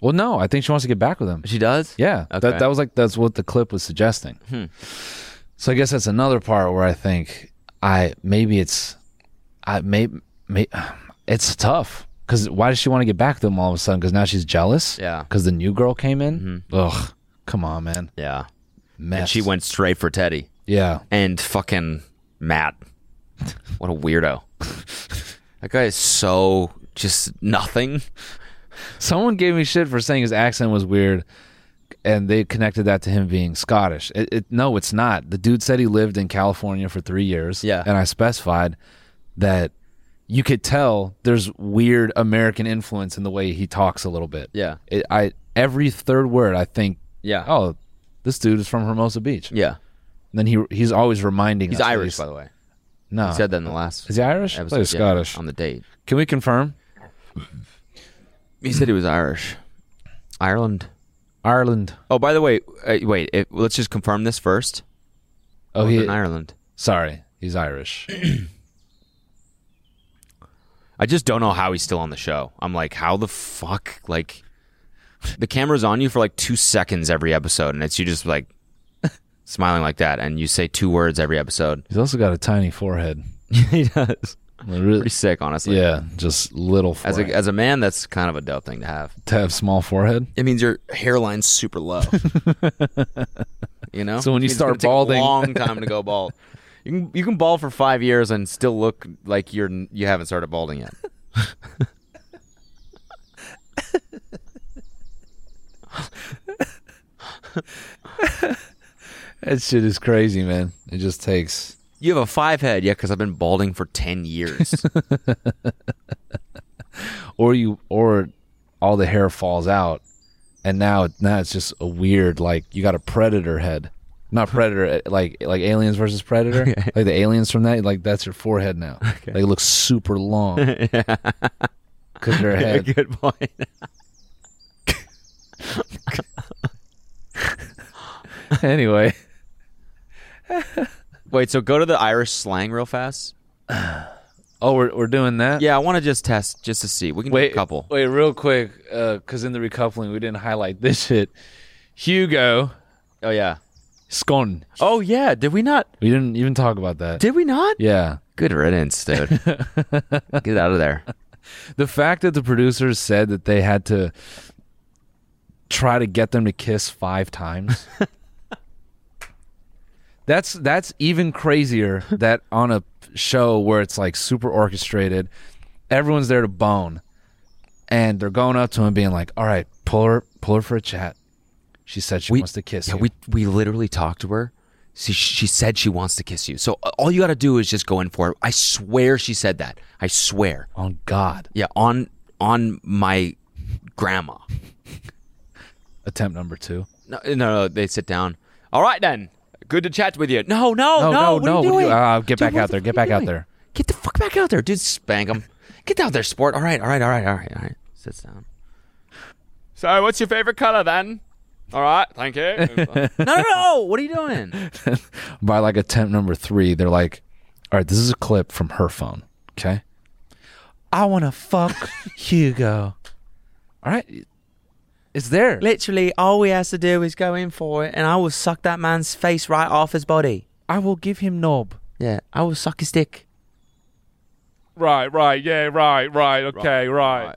Speaker 3: Well, no, I think she wants to get back with him.
Speaker 2: she does.
Speaker 3: Yeah,
Speaker 2: Okay. Hmm.
Speaker 3: that that was like that's what the clip was suggesting. So I guess that's another part where I think I maybe it's I may, may *sighs* it's tough because why does she want to get back to him all of a sudden? Because now she's jealous.
Speaker 2: Yeah.
Speaker 3: Because the new girl came in. Ugh. Come on, man.
Speaker 2: Yeah.
Speaker 3: Mess.
Speaker 2: And she went straight for Teddy
Speaker 3: Yeah.
Speaker 2: and fucking Matt. *laughs* What a weirdo. *laughs* that guy is so just nothing.
Speaker 3: Someone gave me shit for saying his accent was weird, and they connected that to him being Scottish. It, it, no, it's not. The dude said he lived in California for three years.
Speaker 2: Yeah.
Speaker 3: And I specified that you could tell there's weird American influence in the way he talks a little bit.
Speaker 2: Yeah.
Speaker 3: It, I every third word I think.
Speaker 2: Yeah.
Speaker 3: Oh, this dude is from Hermosa Beach.
Speaker 2: Yeah.
Speaker 3: And then he he's always reminding
Speaker 2: He's
Speaker 3: us that
Speaker 2: Irish, by the way.
Speaker 3: No.
Speaker 2: I said that in the last.
Speaker 3: Is he Irish? I thought he was
Speaker 2: yeah, Um,
Speaker 3: Scottish.
Speaker 2: On the date.
Speaker 3: Can we confirm?
Speaker 2: He said he was Irish. Ireland.
Speaker 3: Ireland.
Speaker 2: Oh, by the way, uh, wait. If, let's just confirm this first.
Speaker 3: Oh,
Speaker 2: Northern
Speaker 3: he.
Speaker 2: Ireland.
Speaker 3: Sorry, he's Irish.
Speaker 2: I just don't know how he's still on the show. I'm like, how the fuck? Like, the camera's on you for like two seconds every episode, and it's you just like *laughs* smiling like that, and you say two words every episode.
Speaker 3: He's also got a tiny *laughs* forehead.
Speaker 2: he does.
Speaker 3: Like, really-
Speaker 2: Pretty sick, honestly.
Speaker 3: yeah, just little
Speaker 2: As a,
Speaker 3: forehead.
Speaker 2: as a man, that's kind of a dope thing to have.
Speaker 3: to have small forehead.
Speaker 2: It means your hairline's super *laughs* low. you know.
Speaker 3: So when you
Speaker 2: It's gonna
Speaker 3: start
Speaker 2: take
Speaker 3: balding-
Speaker 2: a long time to go bald. You can you can bald for five years and still look like you're n- you haven't started balding yet.
Speaker 3: That shit is crazy, man. It just takes.
Speaker 2: You have a five head, yeah, because I've been balding for ten *laughs* years.
Speaker 3: Or you, or all the hair falls out, and now now it's just a weird like you got a predator head, not predator eh, like like aliens versus *laughs* predator, like the aliens from that. Like that's your forehead now. Like it looks super *laughs* long. Cause *laughs* your head.
Speaker 2: Good point.
Speaker 3: anyway,
Speaker 2: *laughs* Wait, so go to the Irish slang real fast.
Speaker 3: oh, we're we're doing that.
Speaker 2: Yeah, I want to just test just to see. We can
Speaker 3: Wait,
Speaker 2: do a couple.
Speaker 3: Wait, real quick, because in the recoupling we didn't highlight this shit. Hugo
Speaker 2: Oh yeah.
Speaker 3: scone.
Speaker 2: Oh yeah. Did we not?
Speaker 3: We didn't even talk about that.
Speaker 2: Did we not?
Speaker 3: yeah,
Speaker 2: Good riddance, *laughs* dude. Get out of there.
Speaker 3: the fact that the producers said that they had to try to get them to kiss
Speaker 2: *laughs*
Speaker 3: five times. that's that's even crazier. That on a show where it's like super orchestrated, everyone's there to bone, and they're going up to him being like, "All right, pull her, pull her for a chat." She said she wants to kiss
Speaker 2: Yeah,
Speaker 3: you.
Speaker 2: we we literally talked to her. She she said she wants to kiss you. So uh, all you got to do is just go in for it. I swear she said that. I swear.
Speaker 3: on God.
Speaker 2: Yeah, on on my grandma.
Speaker 3: Attempt number two.
Speaker 2: No, no, no they sit down. All right then. Good to chat with you. No, no, no,
Speaker 3: No, no,
Speaker 2: what Are
Speaker 3: no, what
Speaker 2: you
Speaker 3: are you-
Speaker 2: doing?
Speaker 3: uh, get back
Speaker 2: what
Speaker 3: out
Speaker 2: the
Speaker 3: there,
Speaker 2: fuck
Speaker 3: get
Speaker 2: are
Speaker 3: back
Speaker 2: you
Speaker 3: out
Speaker 2: doing?
Speaker 3: there.
Speaker 2: Get the fuck back out there, dude. Spank him. get out there, sport. All right, all right, all right, all right, all right. Sits down. So, what's your favorite color then? All right, *laughs* thank you. no, no, no. What are you doing?
Speaker 3: by like attempt number three, they're like, all right, this is a clip from her phone. Okay. I want
Speaker 5: *laughs*
Speaker 3: to fuck Hugo. All right. It's there.
Speaker 6: Literally, all we has to do is go in for it, and I will suck that man's face right off his body.
Speaker 3: I will give him knob.
Speaker 6: Yeah, I will suck his dick.
Speaker 5: Right, right, yeah, right, right, okay, right.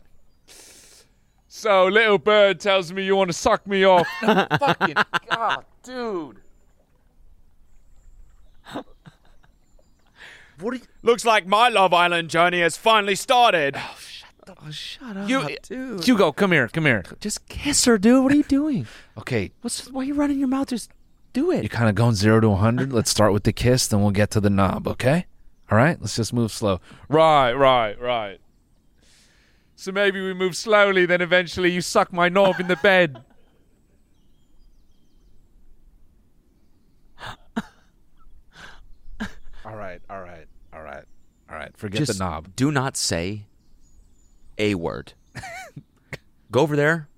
Speaker 5: So little bird tells me you want to suck me off. fucking god, dude. What Looks like my Love Island journey has finally started.
Speaker 2: Oh,
Speaker 3: You, *laughs* Hugo, come here. Come here.
Speaker 6: Just kiss her, dude. What are you doing?
Speaker 3: Okay.
Speaker 6: What's why are you running your mouth? Just do
Speaker 3: You're
Speaker 6: it.
Speaker 3: kind of going zero to a 100. Let's start with the kiss, then we'll get to the knob. Okay. All right. Let's just move slow.
Speaker 5: Right, right, right. So maybe we move slowly, then eventually you suck my knob in the bed.
Speaker 3: All right. All right. All right. All right. Forget
Speaker 2: Just
Speaker 3: the knob.
Speaker 2: Do not say a word. *laughs* Go over there.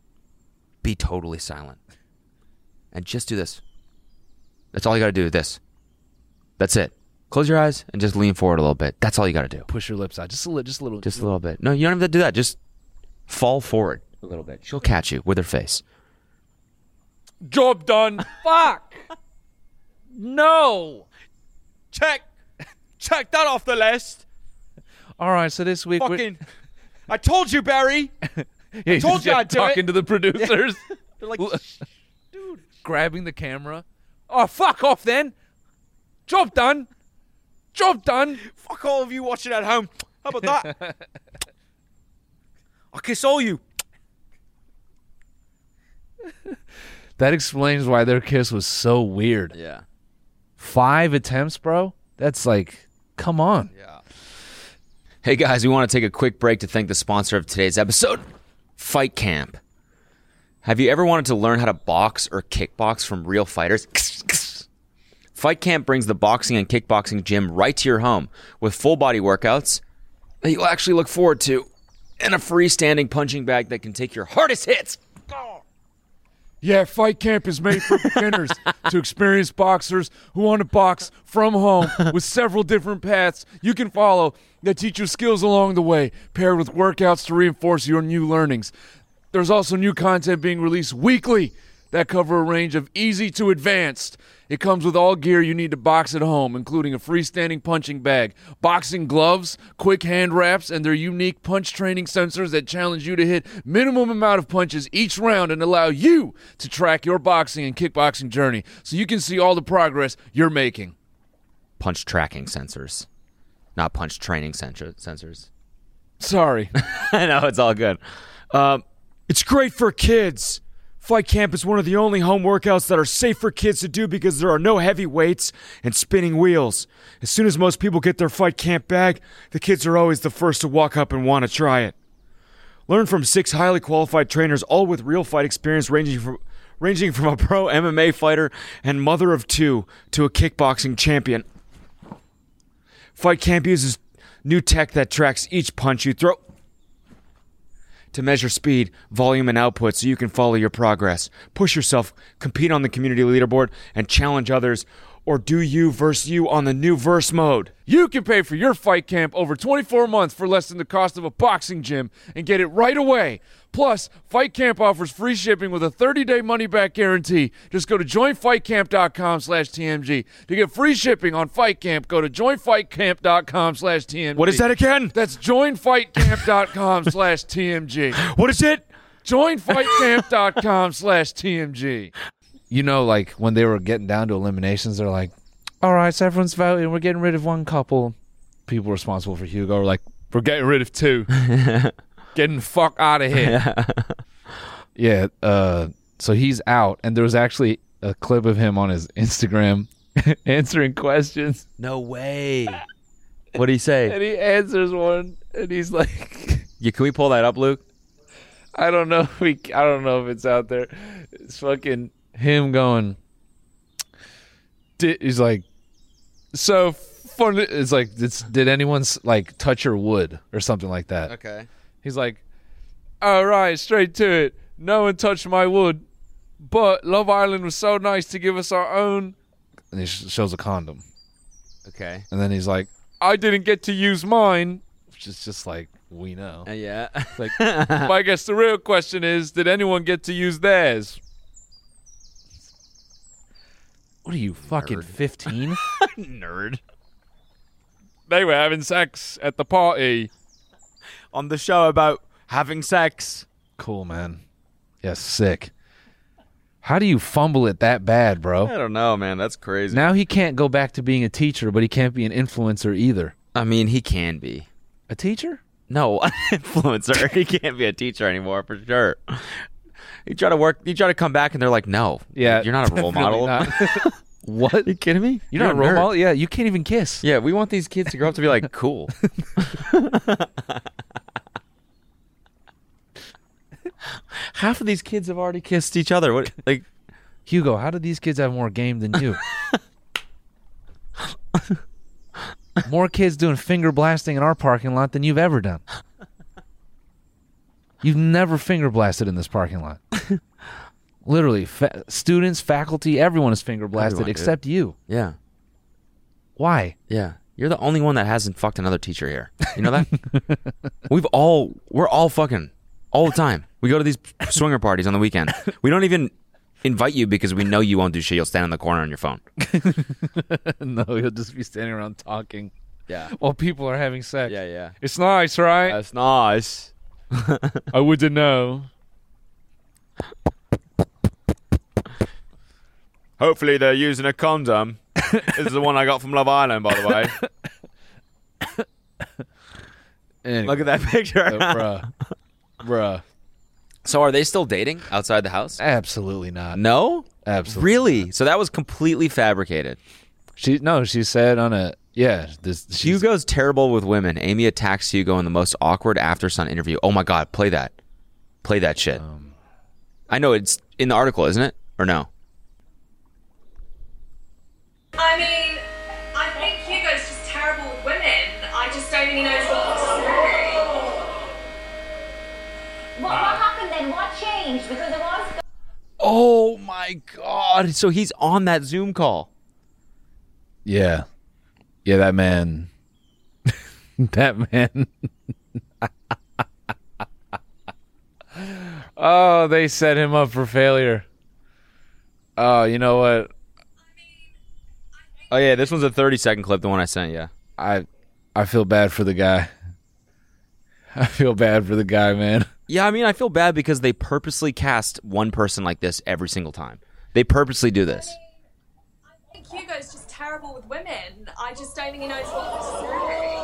Speaker 2: Be totally silent. And just do this. That's all you got to do. This. That's it. Close your eyes and just lean forward a little bit. That's all you got to do.
Speaker 3: Push your lips out. Just a little. Just a little.
Speaker 2: Just a little bit. No, you don't have to do that. Just fall forward a little bit. She'll catch you with her face.
Speaker 5: Job done. Fuck. No. Check. Check that off the list.
Speaker 3: All right, so this week
Speaker 5: Fucking. I told you,
Speaker 3: *laughs*
Speaker 5: Barry.
Speaker 3: we're Yeah, he's
Speaker 5: told
Speaker 3: just
Speaker 5: you I'd do it.
Speaker 3: talking to the producers,
Speaker 5: *laughs* They're like,
Speaker 3: grabbing the camera.
Speaker 5: oh, fuck off then.
Speaker 3: Job done. Job done.
Speaker 5: Fuck all of you watching at home. How about that? I kiss all you.
Speaker 3: That explains why their kiss was so weird.
Speaker 2: Yeah.
Speaker 3: Five attempts, bro. That's like, come on.
Speaker 2: Hey guys, we want to take a quick break to thank the sponsor of today's episode, Fight Camp. Have you ever wanted to learn how to box or kickbox from real fighters? *laughs* Fight Camp brings the boxing and kickboxing gym right to your home with full body workouts that you'll actually look forward to and a freestanding punching bag that can take your hardest hits.
Speaker 3: Yeah, Fight Camp is made for beginners to experienced boxers who want to box from home with several different paths you can follow that teach you skills along the way, paired with workouts to reinforce your new learnings. There's also new content being released weekly that cover a range of easy to advanced. It comes with all gear you need to box at home, including a freestanding punching bag, boxing gloves, quick hand wraps, and their unique punch training sensors that challenge you to hit minimum amount of punches each round and allow you to track your boxing and kickboxing journey so you can see all the progress you're making.
Speaker 2: Punch tracking sensors, not punch training sensor- sensors.
Speaker 3: Sorry.
Speaker 7: *laughs*
Speaker 2: I know it's all good. Um,
Speaker 7: It's great for kids. Fight Camp is one of the only home workouts that are safe for kids to do because there are no heavy weights and spinning wheels. As soon as most people get their Fight Camp bag, the kids are always the first to walk up and want to try it. Learn from six highly qualified trainers, all with real fight experience ranging from ranging from a pro MMA fighter and mother of two to a kickboxing champion. Fight Camp uses new tech that tracks each punch you throw to measure speed, volume, and output so you can follow your progress. Push yourself, compete on the community leaderboard, and challenge others, or do you versus you on the new verse mode.
Speaker 3: You can pay for your fight camp over 24 months for less than the cost of a boxing gym and get it right away. Plus, Fight Camp offers free shipping with a 30-day money-back guarantee. Just go to joinfightcamp.com slash TMG. To get free shipping on Fight Camp, go to joinfightcamp.com slash TMG.
Speaker 7: What is that again?
Speaker 3: That's joinfightcamp.com slash TMG.
Speaker 7: What is it?
Speaker 3: Joinfightcamp.com slash TMG. You know, like, when they were getting down to eliminations, they're like, all right, so everyone's voting. We're getting rid of one couple. People responsible for Hugo are like, we're getting rid of two. getting the fuck out of
Speaker 2: *laughs*
Speaker 3: here. Yeah. uh, so he's out, and there was actually a clip of him on his Instagram *laughs* answering questions.
Speaker 2: no way. What do you say?
Speaker 3: And he answers one, and he's like,
Speaker 2: Yeah, can we pull that up, Luke?
Speaker 3: I don't know. If we, I don't know if it's out there. It's fucking him going. Did, he's like, so fun. It's like, it's, did anyone s- like touch your wood or something like that?
Speaker 2: Okay.
Speaker 3: He's like, all right, straight to it. No one touched my wood, but Love Island was so nice to give us our own. And he sh- shows a condom,
Speaker 2: Okay.
Speaker 3: and then he's like,
Speaker 5: I didn't get to use mine.
Speaker 3: which is just like we know.
Speaker 2: Uh, yeah. *laughs*
Speaker 3: *laughs* Like,
Speaker 5: But I guess the real question is, did anyone get to use theirs?
Speaker 3: what are you fucking *laughs* fifteen?
Speaker 2: Nerd.
Speaker 5: They were having sex at the party.
Speaker 7: On the show about having sex.
Speaker 3: Cool, man. Yeah, sick. How do you fumble it that bad,
Speaker 2: I
Speaker 3: bro?
Speaker 2: don't know, man. That's crazy.
Speaker 3: Now he can't go back to being a teacher, but he can't be an influencer either.
Speaker 2: I mean, he can be.
Speaker 3: A teacher?
Speaker 7: *laughs*
Speaker 2: No, an *laughs* influencer. he can't be a teacher anymore for sure. You try to work. You try to come back, and they're like, "No,
Speaker 3: Yeah,
Speaker 2: you're not a role *laughs* model."
Speaker 3: what?
Speaker 2: you kidding me?
Speaker 3: You're not a
Speaker 2: a
Speaker 3: role
Speaker 2: nerd.
Speaker 3: model? Yeah, you can't even kiss.
Speaker 2: *laughs* Yeah, we want these kids to grow up to be like *laughs* cool. Half of these kids have already kissed each other. What? Like,
Speaker 3: Hugo, how do these kids have more game than
Speaker 2: *laughs*
Speaker 3: you? more kids doing finger blasting in our parking lot than you've ever done. You've never finger blasted in this parking
Speaker 2: *laughs*
Speaker 3: lot. Literally, fa- students, faculty, everyone is finger blasted
Speaker 2: Everyone, dude.
Speaker 3: except you.
Speaker 2: yeah,
Speaker 3: Why?
Speaker 2: yeah. You're the only one that hasn't fucked another teacher here. You know that? *laughs* We've all we're all fucking all the time. We go to these swinger parties on the weekend. We don't even invite you because we know you won't do shit. You'll stand in the corner on your phone.
Speaker 3: *laughs* no, you'll just be standing around talking.
Speaker 2: Yeah.
Speaker 5: while people are having sex.
Speaker 2: Yeah, yeah.
Speaker 5: It's nice, right?
Speaker 2: That's nice.
Speaker 5: I wouldn't know.
Speaker 2: Hopefully they're using a condom. this is the one I got from Love Island, by the way. *laughs*
Speaker 3: Anyway,
Speaker 2: Look at that *laughs* picture.
Speaker 3: bruh, bruh.
Speaker 2: so are they still dating outside the house?
Speaker 3: Absolutely not.
Speaker 2: No?
Speaker 3: Absolutely.
Speaker 2: Really? So that was completely fabricated.
Speaker 3: She no. She said on a yeah. This she's,
Speaker 2: Hugo's terrible with women. Amy attacks Hugo in the most awkward after sun interview. Oh my god, play that. Play that shit. I know it's in the article, isn't it? Or no?
Speaker 4: I mean, I think Hugo's just terrible with women. I just don't think he knows what to say.
Speaker 8: What, what happened then? What changed? Because it was
Speaker 2: Oh my god. So he's on that Zoom call.
Speaker 3: yeah, yeah. That man. *laughs* that man. *laughs*
Speaker 5: Oh, they set him up for failure.
Speaker 3: Oh, you know what?
Speaker 2: Oh yeah, this one's a 30 second clip, the one I sent you.
Speaker 3: I I feel bad for the guy. *laughs* I feel bad for the guy, man.
Speaker 2: Yeah, I mean, I feel bad because they purposely cast one person like this every single time. They purposely do this.
Speaker 4: I think Hugo's just terrible with women. I just don't think he knows what to say.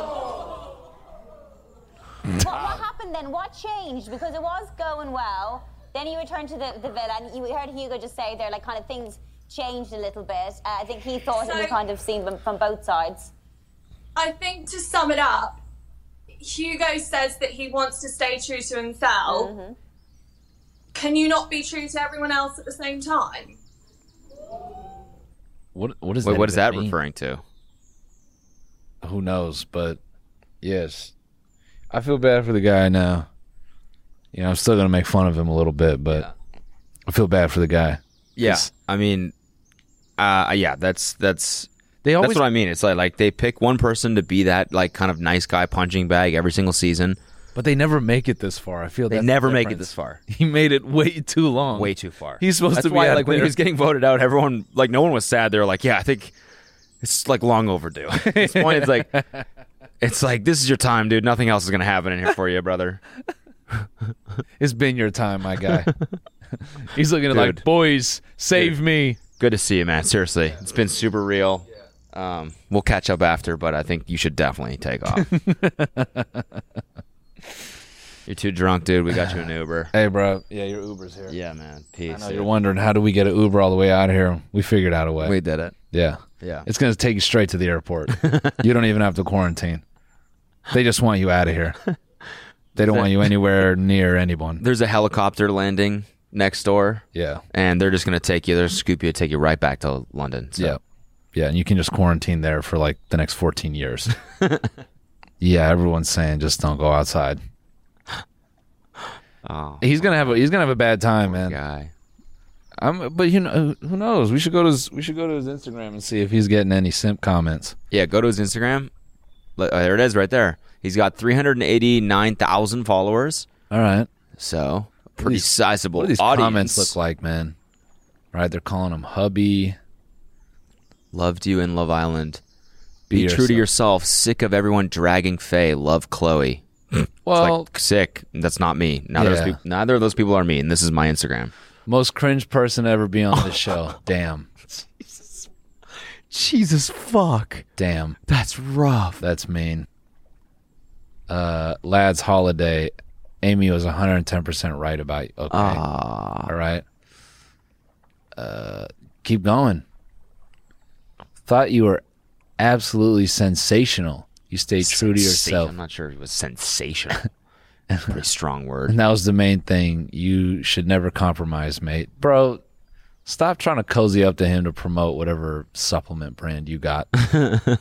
Speaker 8: what, what happened then? What changed? Because it was going well. Then you returned to the, the villa and you heard Hugo just say there, like, kind of things changed a little bit. Uh, I think he thought he was
Speaker 4: So-
Speaker 8: kind of seen them from both sides.
Speaker 4: I think to sum it up, Hugo says that he wants to stay true to himself. Can you not be true to everyone else at the same time?
Speaker 3: What what is
Speaker 2: Wait,
Speaker 3: that
Speaker 2: what is
Speaker 3: even
Speaker 2: that
Speaker 3: mean?
Speaker 2: referring to?
Speaker 3: Who knows? But yes, I feel bad for the guy now. You know, I'm still gonna make fun of him a little bit, but I feel bad for the guy.
Speaker 2: Yeah, I mean, uh, yeah, that's that's
Speaker 3: They always
Speaker 2: that's what I mean. It's like like they pick one person to be that like kind of nice guy punching bag every single season.
Speaker 3: But they never make it this far. I feel
Speaker 2: They
Speaker 3: that's the
Speaker 2: never make it
Speaker 3: difference.
Speaker 2: this far.
Speaker 3: *laughs* He made it way too long.
Speaker 2: Way too far.
Speaker 3: He's supposed
Speaker 2: that's
Speaker 3: to be
Speaker 2: why,
Speaker 3: out
Speaker 2: like when he
Speaker 3: there.
Speaker 2: was getting voted out, everyone like no one was sad. They were like, yeah, I think it's like long overdue. *laughs* At this point, it's *laughs* like it's like this is your time, dude. Nothing else is gonna happen in here for you, brother.
Speaker 3: It's been your time,
Speaker 2: *laughs*
Speaker 3: my guy.
Speaker 5: He's looking at like,
Speaker 2: Dude.
Speaker 5: boys, save me.
Speaker 2: Good to see you, man. Seriously, it's been super real. Um, we'll catch up after, but I think you should definitely take
Speaker 3: *laughs*
Speaker 2: off. You're too drunk, dude. We got you an Uber.
Speaker 3: hey, bro. Yeah, your Uber's here.
Speaker 2: Yeah, man. Peace.
Speaker 3: I know
Speaker 2: dude.
Speaker 3: you're wondering how do we get an Uber all the way out of here? We figured out a way.
Speaker 2: we did it.
Speaker 3: yeah.
Speaker 2: Yeah.
Speaker 3: It's gonna take you straight to
Speaker 2: *laughs*
Speaker 3: the airport. you don't even have to quarantine. They just want you out
Speaker 2: *laughs*
Speaker 3: of here. They don't want you anywhere near anyone.
Speaker 2: There's a helicopter landing next door,
Speaker 3: Yeah.
Speaker 2: and they're just gonna take you. They're gonna scoop you, take you right back to London. So.
Speaker 3: Yeah. Yeah, and you can just quarantine there for like the next
Speaker 2: *laughs*
Speaker 3: 14 years. yeah, everyone's saying just don't go outside.
Speaker 2: Oh,
Speaker 3: He's going to have a he's going to have a bad time, man.
Speaker 2: guy.
Speaker 3: I'm but you know who knows? We should go to his we should go to his Instagram and see if he's getting any simp comments.
Speaker 2: Yeah, go to his Instagram. Le- oh, There it is, right there. He's got 389,000 followers.
Speaker 3: All right.
Speaker 2: So pretty sizable
Speaker 3: What do these
Speaker 2: audience.
Speaker 3: comments look like, man? All right, they're calling him hubby.
Speaker 2: Loved you in Love Island.
Speaker 3: Be
Speaker 2: Be true to
Speaker 3: yourself.
Speaker 2: yourself. Sick of everyone dragging Faye. Love Chloe.
Speaker 3: Well,
Speaker 2: like sick. That's not me. Neither, of
Speaker 3: Yeah.
Speaker 2: those peop- neither of those people are me, and this is my Instagram.
Speaker 3: most cringe person to ever be on
Speaker 2: *laughs*
Speaker 3: this show. Damn.
Speaker 2: Jesus fuck.
Speaker 3: Damn.
Speaker 2: That's rough.
Speaker 3: That's mean. Uh, lads holiday. Amy was 110% right about you. Okay.
Speaker 2: Ah.
Speaker 3: All right. Uh, keep going. Thought you were absolutely sensational. You stayed true to yourself.
Speaker 2: I'm not sure if it was sensational.
Speaker 3: *laughs*
Speaker 2: Pretty strong word.
Speaker 3: And that was the main thing. You should never compromise, mate. Bro, stop trying to cozy up to him to promote whatever supplement brand
Speaker 2: *laughs*
Speaker 3: you got. Those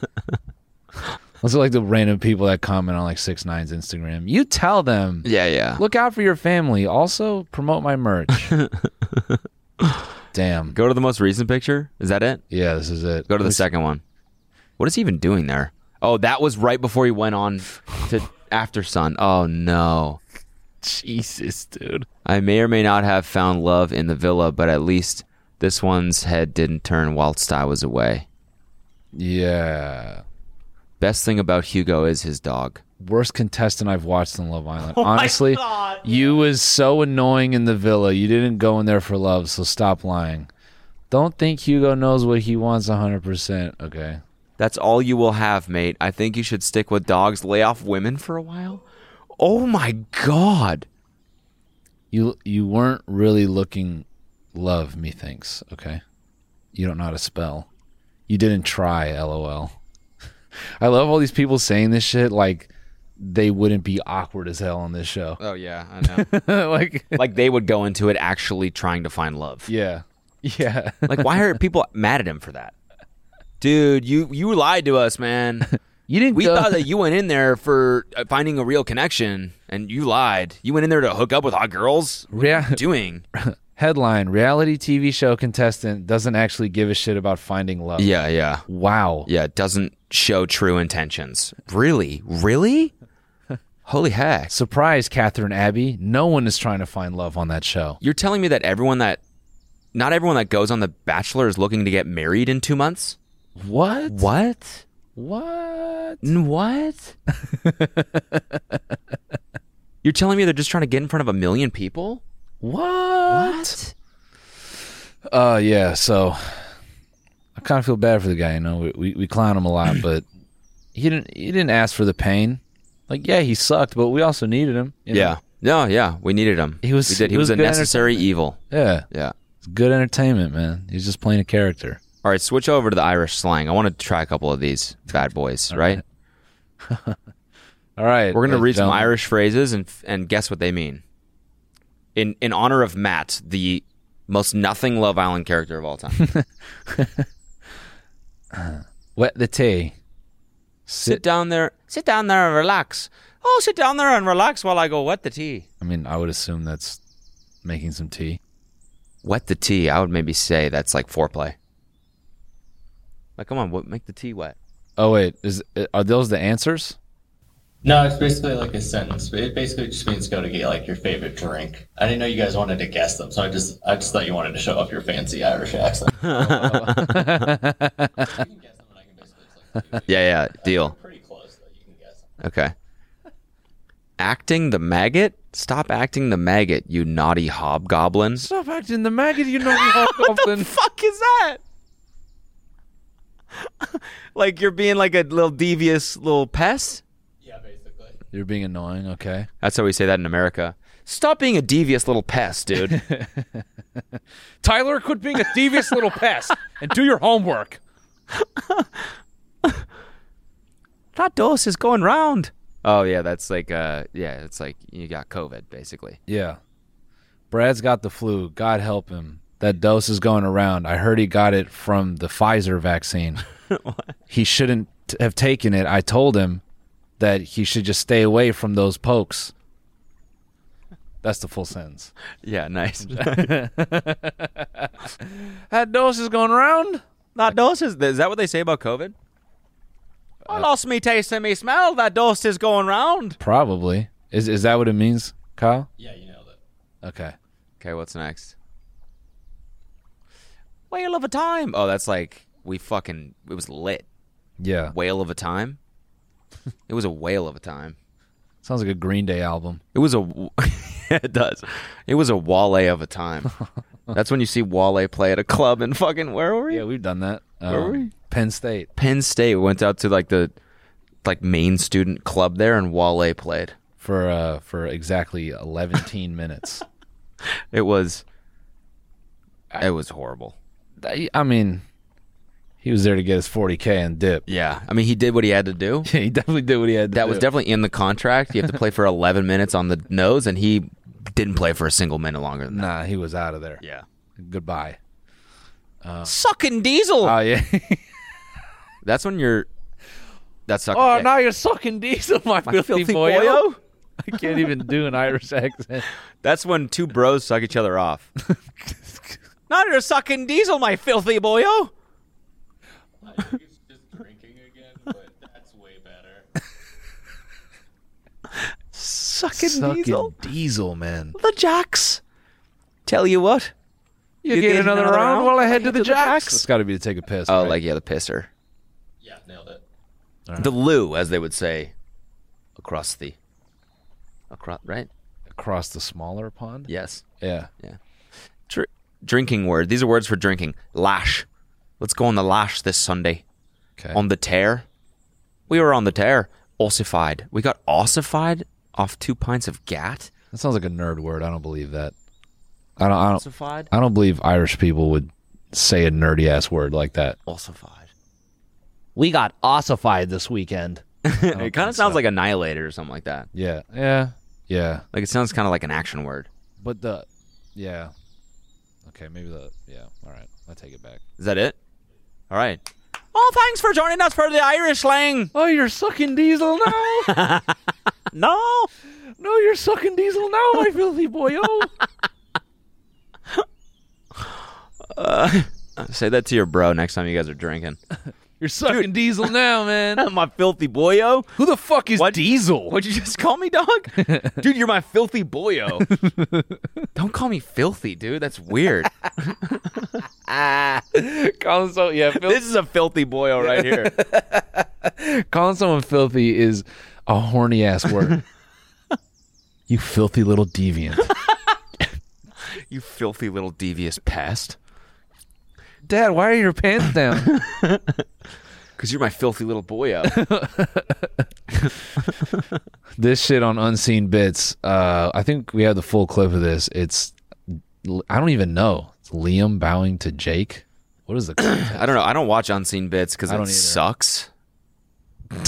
Speaker 3: are like the random people that comment on like Six Nine's Instagram. You tell them,
Speaker 2: Yeah, yeah.
Speaker 3: look out for your family. Also promote my merch.
Speaker 2: *laughs*
Speaker 3: Damn.
Speaker 2: Go to the most recent picture. Is that it?
Speaker 3: Yeah, this is it.
Speaker 2: Go to the second one. What is he even doing there? Oh, that was right before he went on
Speaker 3: *sighs*
Speaker 2: to After Sun. Oh no.
Speaker 3: Jesus, dude.
Speaker 2: I may or may not have found love in the villa, but at least this one's head didn't turn whilst I was away.
Speaker 3: Yeah.
Speaker 2: Best thing about Hugo is his dog.
Speaker 3: Worst contestant I've watched in Love Island.
Speaker 2: *laughs* Oh my
Speaker 3: Honestly,
Speaker 2: God.
Speaker 3: you was so annoying in the villa. You didn't go in there for love, so stop lying. Don't think Hugo knows what he wants 100%. Okay.
Speaker 2: That's all you will have, mate. I think you should stick with dogs. Lay off women for a while. Oh my god.
Speaker 3: You you weren't really looking love, methinks, okay? You don't know how to spell. You didn't try, lol. *laughs* I love all these people saying this shit like they wouldn't be awkward as hell on this show.
Speaker 2: Oh yeah, I know.
Speaker 3: like
Speaker 2: *laughs* like they would go into it actually trying to find love.
Speaker 3: Yeah. *laughs* Yeah.
Speaker 2: like why are people mad at him for that? Dude, you you lied to us, *laughs* man.
Speaker 3: You didn't
Speaker 2: We
Speaker 3: go- *laughs*
Speaker 2: thought that you went in there for uh, finding a real connection and you lied. You went in there to hook up with hot girls?
Speaker 3: Yeah.
Speaker 2: *laughs* Doing.
Speaker 3: Headline Reality TV show contestant doesn't actually give a shit about finding love.
Speaker 2: Yeah, yeah.
Speaker 3: Wow.
Speaker 2: Yeah, it doesn't show true intentions. Really? *laughs* Really? Holy heck.
Speaker 3: Surprise, Catherine Abbey. No one is trying to find love on that show.
Speaker 2: You're telling me that everyone that not everyone that goes on The Bachelor is looking to get married in two months?
Speaker 3: What?
Speaker 2: What?
Speaker 3: What?
Speaker 2: N- What? You're telling me they're just trying to get in front of a million people?
Speaker 3: What? Uh yeah, so I kind of feel bad for the guy, you know. We we, we clown him a lot, but he didn't he didn't ask for the pain. Like yeah, he sucked, but we also needed him. you know?
Speaker 2: Yeah. No, yeah. We needed him.
Speaker 3: He was-
Speaker 2: we did. He,
Speaker 3: he
Speaker 2: was,
Speaker 3: was
Speaker 2: a
Speaker 3: good
Speaker 2: necessary evil.
Speaker 3: Yeah.
Speaker 2: Yeah.
Speaker 3: It's good entertainment, man. He's just playing a character.
Speaker 2: All right, switch over to the Irish slang. I want to try a couple of these bad boys, right?
Speaker 3: All right.
Speaker 2: We're going to
Speaker 3: ladies
Speaker 2: read some
Speaker 3: and gentlemen.
Speaker 2: Irish phrases and and guess what they mean. In in honor of Matt, the most nothing Love Island character of all *laughs* time. Sit,
Speaker 3: wet the tea. Sit.
Speaker 2: down there. Sit down there and relax. Oh, sit down there and relax while I go wet the tea.
Speaker 3: I mean, I would assume that's making some tea.
Speaker 2: Wet the tea. I would maybe say that's like foreplay. Like, come on, what make the tea wet?
Speaker 3: Oh wait, is are those the answers?
Speaker 9: No, it's basically like a sentence. It basically just means go to get like your favorite drink. I didn't know you guys wanted to guess them, so I just I just thought you wanted to show off your fancy Irish accent.
Speaker 2: *laughs* Yeah, yeah, deal. Pretty
Speaker 9: close,
Speaker 2: though. You can guess. Okay. Acting the maggot? Stop acting the maggot, you naughty hobgoblin.
Speaker 3: Stop acting the maggot. You know
Speaker 2: *laughs*
Speaker 3: hobgoblin.
Speaker 2: fuck is that? *laughs* like you're being like a little devious little pest?
Speaker 3: You're being annoying. Okay.
Speaker 2: That's how we say that in America. Stop being a devious little pest, dude.
Speaker 5: Tyler, quit being a devious little
Speaker 2: *laughs*
Speaker 5: pest and do your homework.
Speaker 2: *laughs* that dose is going round. Oh yeah, that's like uh yeah, it's like you got COVID basically.
Speaker 3: Yeah. Brad's got the flu. God help him. That dose is going around. I heard he got it from the Pfizer *laughs* vaccine. he shouldn't t- have taken it. I told him that he should just stay away from those pokes. That's the full sentence.
Speaker 2: Yeah, *laughs* nice.
Speaker 3: That dose is going around.
Speaker 2: that dose is is that what they say about COVID? I lost me taste and me smell. That dose is going round.
Speaker 3: Probably. Is is that what it means, Kyle? Yeah, you nailed it. Okay.
Speaker 2: Okay, what's next? Whale of a time. Oh, that's like we fucking it was lit.
Speaker 3: Yeah.
Speaker 2: Whale of a time. it was a whale of a time.
Speaker 3: Sounds like a Green Day album.
Speaker 2: It was a. w- *laughs* it does. It was a wale of a time. That's when you see wale play at a club and fucking where were we?
Speaker 3: Yeah, we've done that. Um,
Speaker 2: Where were we?
Speaker 3: Penn State.
Speaker 2: Penn State We went out to like the like main student club there and wale played.
Speaker 3: for uh for exactly 11 teen minutes.
Speaker 2: It was. It was horrible.
Speaker 3: I I mean, he was there to get his 40k and dip.
Speaker 2: Yeah, I mean he did what he had to do.
Speaker 3: *laughs* he definitely did what he had to
Speaker 2: That
Speaker 3: do.
Speaker 2: was definitely in the contract. You have to play for 11 minutes on the nose, and he didn't play for a single minute longer than that.
Speaker 3: Nah, he was out of there.
Speaker 2: Yeah.
Speaker 3: Goodbye.
Speaker 2: Sucking diesel.
Speaker 3: Oh yeah. *laughs*
Speaker 2: That's when you're. That's sucking.
Speaker 3: oh,
Speaker 2: dick.
Speaker 3: now you're sucking diesel, my,
Speaker 2: My
Speaker 3: filthy,
Speaker 2: filthy
Speaker 3: boyo.
Speaker 2: boyo?
Speaker 3: I can't even do an *laughs* Irish accent.
Speaker 2: That's when two bros suck each other *laughs* off. now you're sucking diesel, my filthy boyo. Sucking
Speaker 3: Sucking diesel, man.
Speaker 2: The jacks. Tell you what.
Speaker 3: You,
Speaker 2: You
Speaker 3: get,
Speaker 2: get
Speaker 3: another,
Speaker 2: another
Speaker 3: round,
Speaker 2: round?
Speaker 3: while I head to the jacks.
Speaker 2: jacks.
Speaker 3: It's got to be to take a piss.
Speaker 2: Oh,
Speaker 3: right?
Speaker 2: like yeah, the pisser.
Speaker 9: yeah, nailed it.
Speaker 2: The loo, as they would say, across the across right
Speaker 3: across the smaller pond.
Speaker 2: Yes.
Speaker 3: Yeah.
Speaker 2: Yeah. Dr- drinking word. These are words for drinking. Lash. Let's go on the lash this Sunday.
Speaker 3: Okay.
Speaker 2: On the tear. We were on the tear. Ossified. We got ossified off two pints of gat.
Speaker 3: That sounds like a nerd word. I don't believe that. I don't. I don't.
Speaker 2: Ossified?
Speaker 3: I don't believe Irish people would say a nerdy ass word like that.
Speaker 2: Ossified.
Speaker 3: We got ossified this weekend.
Speaker 2: *laughs* it kind of sounds like annihilated or something like that.
Speaker 3: Yeah. Yeah. Yeah.
Speaker 2: Like it sounds kind of like an action word.
Speaker 3: But the, yeah. Okay, maybe the yeah. All right, I take it back.
Speaker 2: Is that it? All right. Oh, thanks for joining us for the Irish slang.
Speaker 3: Oh, you're sucking diesel now.
Speaker 2: *laughs* No.
Speaker 3: no, you're sucking diesel now, my filthy boy. Oh.
Speaker 2: Say that to your bro next time you guys are drinking.
Speaker 3: *laughs* You're sucking diesel now,
Speaker 2: *laughs*
Speaker 3: man.
Speaker 2: my filthy boyo.
Speaker 3: Who the fuck is Diesel?
Speaker 2: What'd you just call me,
Speaker 3: *laughs*
Speaker 2: dog? dude, you're my filthy boyo. Don't call me filthy, dude. That's weird.
Speaker 3: Calling so *laughs* yeah, fil-
Speaker 2: this is a filthy boyo right
Speaker 3: *laughs*
Speaker 2: here.
Speaker 3: calling someone filthy is a horny ass word. you filthy little deviant.
Speaker 2: you filthy little devious pest.
Speaker 3: Dad, why are your pants down?
Speaker 2: Because you're my filthy little
Speaker 3: *laughs*
Speaker 2: boyo.
Speaker 3: this shit on unseen bits. Uh, I think we have the full clip of this. It's I don't even know. It's Liam bowing to Jake. What is the
Speaker 2: I don't know. I don't watch Unseen Bits because
Speaker 3: I
Speaker 2: it
Speaker 3: don't either.
Speaker 2: sucks.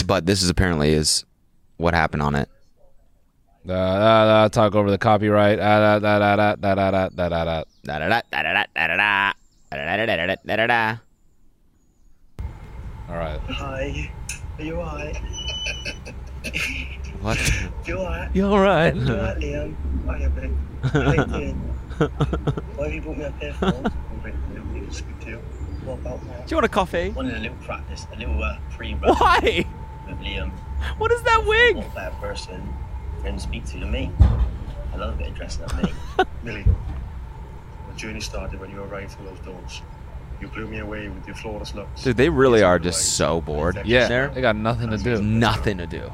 Speaker 2: But this is apparently is what happened on it.
Speaker 3: Uh, da, da, talk over the copyright. Ah, da, da, da, da, da, da, da, da, da.
Speaker 2: Da-da-da, da-da-da, da-da-da, da-da-da-da-da-da, da-da-da.
Speaker 3: All right.
Speaker 10: Hi. Are you alright?
Speaker 2: What?
Speaker 10: You alright?
Speaker 3: You all right?
Speaker 10: You alright, Liam? Oh, yeah, Brent. How you doing? Why have you bought me a pair
Speaker 6: *laughs*
Speaker 10: for? I'm Brent. I don't need to speak to you. What about now?
Speaker 6: you want a coffee?
Speaker 10: Wanted a little practice, a little uh, pre-run
Speaker 6: Why?
Speaker 10: with Liam.
Speaker 6: What is that wig?
Speaker 10: What better person than to speak to than me? I love a bit of dressing up,
Speaker 6: *laughs*
Speaker 10: mate.
Speaker 11: Millie, the journey started when you arrived through those doors. You blew me away with your flawless looks.
Speaker 2: Dude, they really are just so bored.
Speaker 3: Yeah,
Speaker 2: There-
Speaker 3: they got nothing to do.
Speaker 2: nothing to do.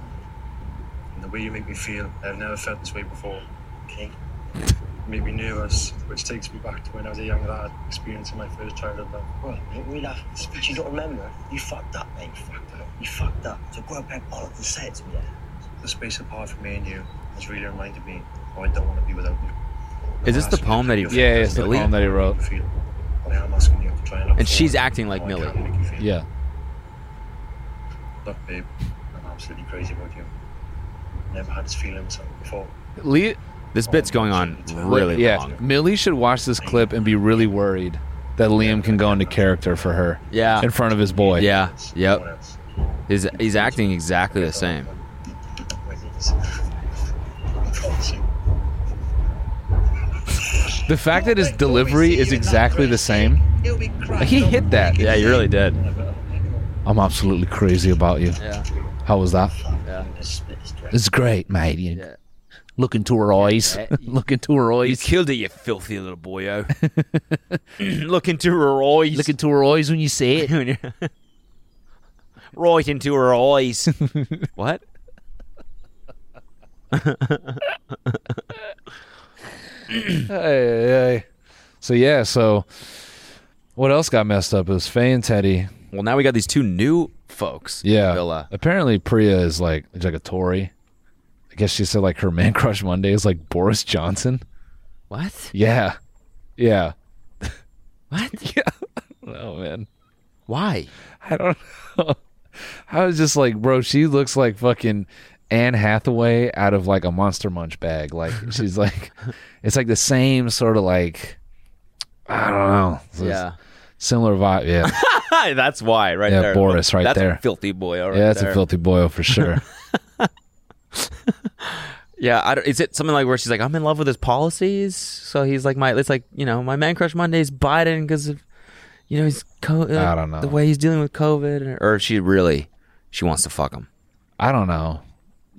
Speaker 11: And the way you make me feel, I've never felt this way before. Okay. You make me nervous, which takes me back to when I was a young lad experiencing my first childhood love.
Speaker 10: Right, mate, we laugh. But you don't remember? You fucked up, mate. You fucked up. You fucked up. So grow up and bollocks and say it to me.
Speaker 11: The space apart from me and you has really reminded me how I don't want to be without you.
Speaker 2: Is this the poem that he?
Speaker 3: Yeah, it's the
Speaker 2: Millie?
Speaker 3: poem that he wrote.
Speaker 11: Feel. I am Oh, asking you to try and look
Speaker 2: And she's
Speaker 11: forward
Speaker 2: acting
Speaker 11: to
Speaker 2: like
Speaker 11: how I
Speaker 2: Millie.
Speaker 11: can make you feel.
Speaker 3: Yeah.
Speaker 11: Look, babe, I'm absolutely crazy about you. Never had this feeling with someone before.
Speaker 3: Lee,
Speaker 2: This bit's going on really
Speaker 3: yeah,
Speaker 2: long.
Speaker 3: Millie should watch this clip and be really worried that Liam can go into character for her
Speaker 2: Yeah.
Speaker 3: in front of his boy.
Speaker 2: Yeah.
Speaker 11: Someone
Speaker 2: Yep.
Speaker 11: else.
Speaker 2: He's he's acting exactly the same.
Speaker 11: Wait, *laughs* it's- I promise you.
Speaker 3: The fact that his delivery is exactly the same, like, he hit that.
Speaker 2: Yeah, you really did.
Speaker 3: I'm absolutely crazy about you.
Speaker 2: Yeah.
Speaker 3: How was that?
Speaker 2: Yeah.
Speaker 3: It's great, mate. You-
Speaker 2: Yeah.
Speaker 3: Look into her eyes. *laughs* Look into her
Speaker 2: You
Speaker 3: eyes.
Speaker 2: killed it, you filthy little *laughs* boyo. Look into her eyes. *laughs*
Speaker 3: Look into her eyes when you say it.
Speaker 2: right into her
Speaker 3: *laughs*
Speaker 2: eyes. what?
Speaker 3: Hey, hey. So yeah, so what else got messed up? It was Faye and Teddy.
Speaker 2: Well, now we got these two new folks. in
Speaker 3: Yeah.
Speaker 2: the Villa.
Speaker 3: Apparently Priya is like is like a Tory. I guess she said like her *laughs* man crush Monday is like Boris Johnson.
Speaker 2: What?
Speaker 3: Yeah. Yeah. *laughs*
Speaker 2: What?
Speaker 3: Oh man.
Speaker 2: Why?
Speaker 3: I don't know. *laughs* I was just like, bro, she looks like fucking Anne Hathaway out of like a Monster Munch bag. Like
Speaker 2: *laughs*
Speaker 3: she's like it's like the same sort of like I don't know. It's a
Speaker 2: Yeah.
Speaker 3: Similar vibe. Yeah.
Speaker 2: *laughs* Hi, that's why, right
Speaker 3: Yeah,
Speaker 2: there.
Speaker 3: Boris right
Speaker 2: that's
Speaker 3: there.
Speaker 2: A filthy boyo, right
Speaker 3: yeah, that's
Speaker 2: there.
Speaker 3: a filthy boil
Speaker 2: *laughs*
Speaker 3: for sure.
Speaker 2: Yeah, I don't, is it something like where she's like, I'm in love with his policies, so he's like my, it's like you know, my man crush Monday's Biden because of, you know, he's co- uh,
Speaker 3: I don't know.
Speaker 2: the way he's dealing with COVID, or, or she really, she wants to fuck him.
Speaker 3: I don't know.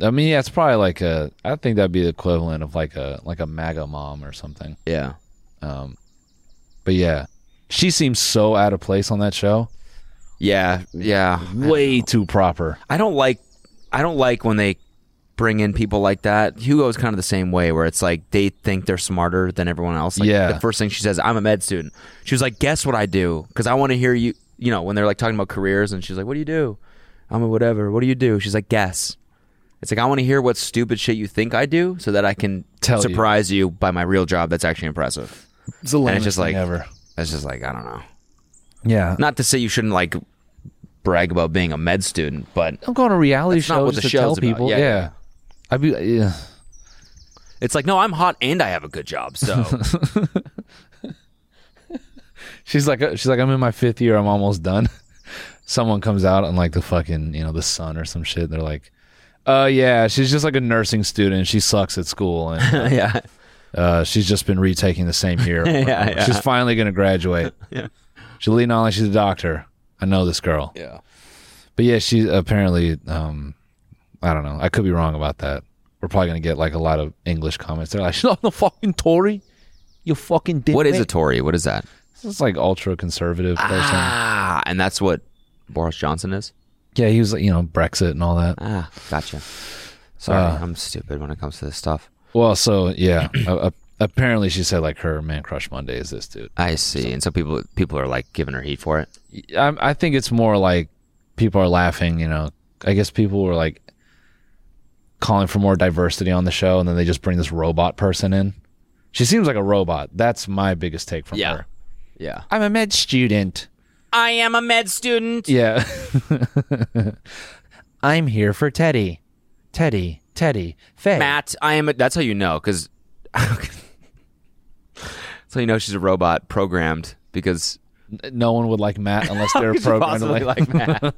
Speaker 3: I mean, yeah, it's probably like a. I think that'd be the equivalent of like a like a MAGA mom or something.
Speaker 2: Yeah,
Speaker 3: But yeah, she seems so out of place on that show.
Speaker 2: Yeah, yeah.
Speaker 3: Way too proper.
Speaker 2: I don't like I don't like when they bring in people like that. Hugo's kind of the same way where it's like they think they're smarter than everyone else. Like
Speaker 3: Yeah.
Speaker 2: the first thing she says, I'm a med student. She was like, Guess what I do? Because I want to hear you you know, when they're like talking about careers and she's like, What do you do? I'm a whatever. What do you do? She's like, Guess. It's like I want to hear what stupid shit you think I do so that I can
Speaker 3: Tell you.
Speaker 2: surprise you. by my real job that's actually impressive.
Speaker 3: It's the
Speaker 2: And
Speaker 3: lamest
Speaker 2: just
Speaker 3: thing
Speaker 2: like
Speaker 3: ever.
Speaker 2: It's just like I don't know.
Speaker 3: Yeah.
Speaker 2: Not to say you shouldn't like brag about being a med student, but
Speaker 3: I'm going to a reality
Speaker 2: That's
Speaker 3: show
Speaker 2: not what
Speaker 3: just
Speaker 2: the
Speaker 3: to tell
Speaker 2: show's about.
Speaker 3: people.
Speaker 2: Yeah, yeah.
Speaker 3: I'd be yeah.
Speaker 2: it's like no, I'm hot and I have a good job.
Speaker 3: *laughs*
Speaker 2: So
Speaker 3: She's like she's like I'm in my fifth year. I'm almost done. *laughs* Someone comes out on like the fucking you know the sun or some shit. They're like, uh yeah, she's just like a nursing student. She sucks at school and uh,
Speaker 2: *laughs* yeah.
Speaker 3: Uh, she's just been retaking the same year.
Speaker 2: *laughs* Yeah, yeah.
Speaker 3: She's finally gonna graduate.
Speaker 2: *laughs* Yeah.
Speaker 3: She's leading on like she's a doctor. I know this girl.
Speaker 2: Yeah.
Speaker 3: But yeah, she apparently um I don't know. I could be wrong about that. We're probably gonna get like a lot of English comments. They're like, She's not the fucking Tory. You fucking dick.
Speaker 2: What is a Tory? What is that?
Speaker 3: It's like ultra conservative person.
Speaker 2: Ah, and that's what Boris Johnson is.
Speaker 3: Yeah, he was like, you know, Brexit and all that.
Speaker 2: Ah, gotcha. Sorry,
Speaker 3: Uh,
Speaker 2: I'm stupid when it comes to this stuff.
Speaker 3: Well, so yeah, uh, uh, apparently she said like her man crush Monday is this dude.
Speaker 2: I see, and so people people are like giving her heat for it.
Speaker 3: I, I think it's more like people are laughing. You know, I guess people were like calling for more diversity on the show, and then they just bring this robot person in. She seems like a robot. That's my biggest take from her.
Speaker 2: Yeah,
Speaker 3: I'm a med student.
Speaker 2: I am a med student.
Speaker 3: Yeah. *laughs* I'm here for Teddy. Teddy. Teddy. Faye.
Speaker 2: Matt, I am. A, that's how you know, *laughs* because that's how you know she's a robot programmed because
Speaker 3: No one would like Matt
Speaker 2: *laughs*
Speaker 3: unless
Speaker 2: How
Speaker 3: they're
Speaker 2: could you
Speaker 3: programmed
Speaker 2: possibly like
Speaker 3: *laughs*
Speaker 2: Matt?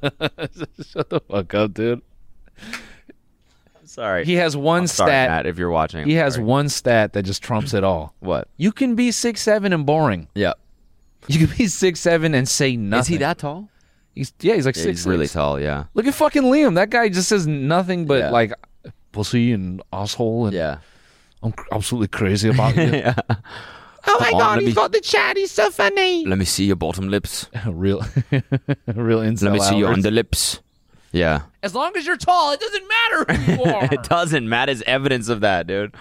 Speaker 3: Shut the fuck up, dude.
Speaker 2: I'm sorry.
Speaker 3: He has one
Speaker 2: I'm sorry,
Speaker 3: stat.
Speaker 2: Matt, if you're watching.
Speaker 3: He has one stat that just trumps it all.
Speaker 2: What?
Speaker 3: You can be six seven and boring.
Speaker 2: Yeah.
Speaker 3: You can be six seven and say nothing.
Speaker 2: that tall?
Speaker 3: He's yeah, he's like
Speaker 2: Yeah,
Speaker 3: six.
Speaker 2: he's really tall. Yeah.
Speaker 3: Look at fucking Liam. That guy just says nothing but
Speaker 2: Yeah.
Speaker 3: like pussy and asshole and
Speaker 2: yeah.
Speaker 3: I'm cr- absolutely
Speaker 2: *laughs*
Speaker 3: crazy about you.
Speaker 2: Yeah.
Speaker 3: Oh my
Speaker 2: Come on,
Speaker 3: god,
Speaker 2: let
Speaker 3: he's
Speaker 2: me-
Speaker 3: got the chat. He's so funny. *laughs*
Speaker 2: Let me see your bottom lips.
Speaker 3: real, *laughs* real incel
Speaker 2: Let me see your
Speaker 3: hours.
Speaker 2: underlips. Yeah.
Speaker 3: As long as you're tall, it doesn't matter who
Speaker 2: *laughs*
Speaker 3: you are.
Speaker 2: it doesn't. Matt is evidence of that, dude.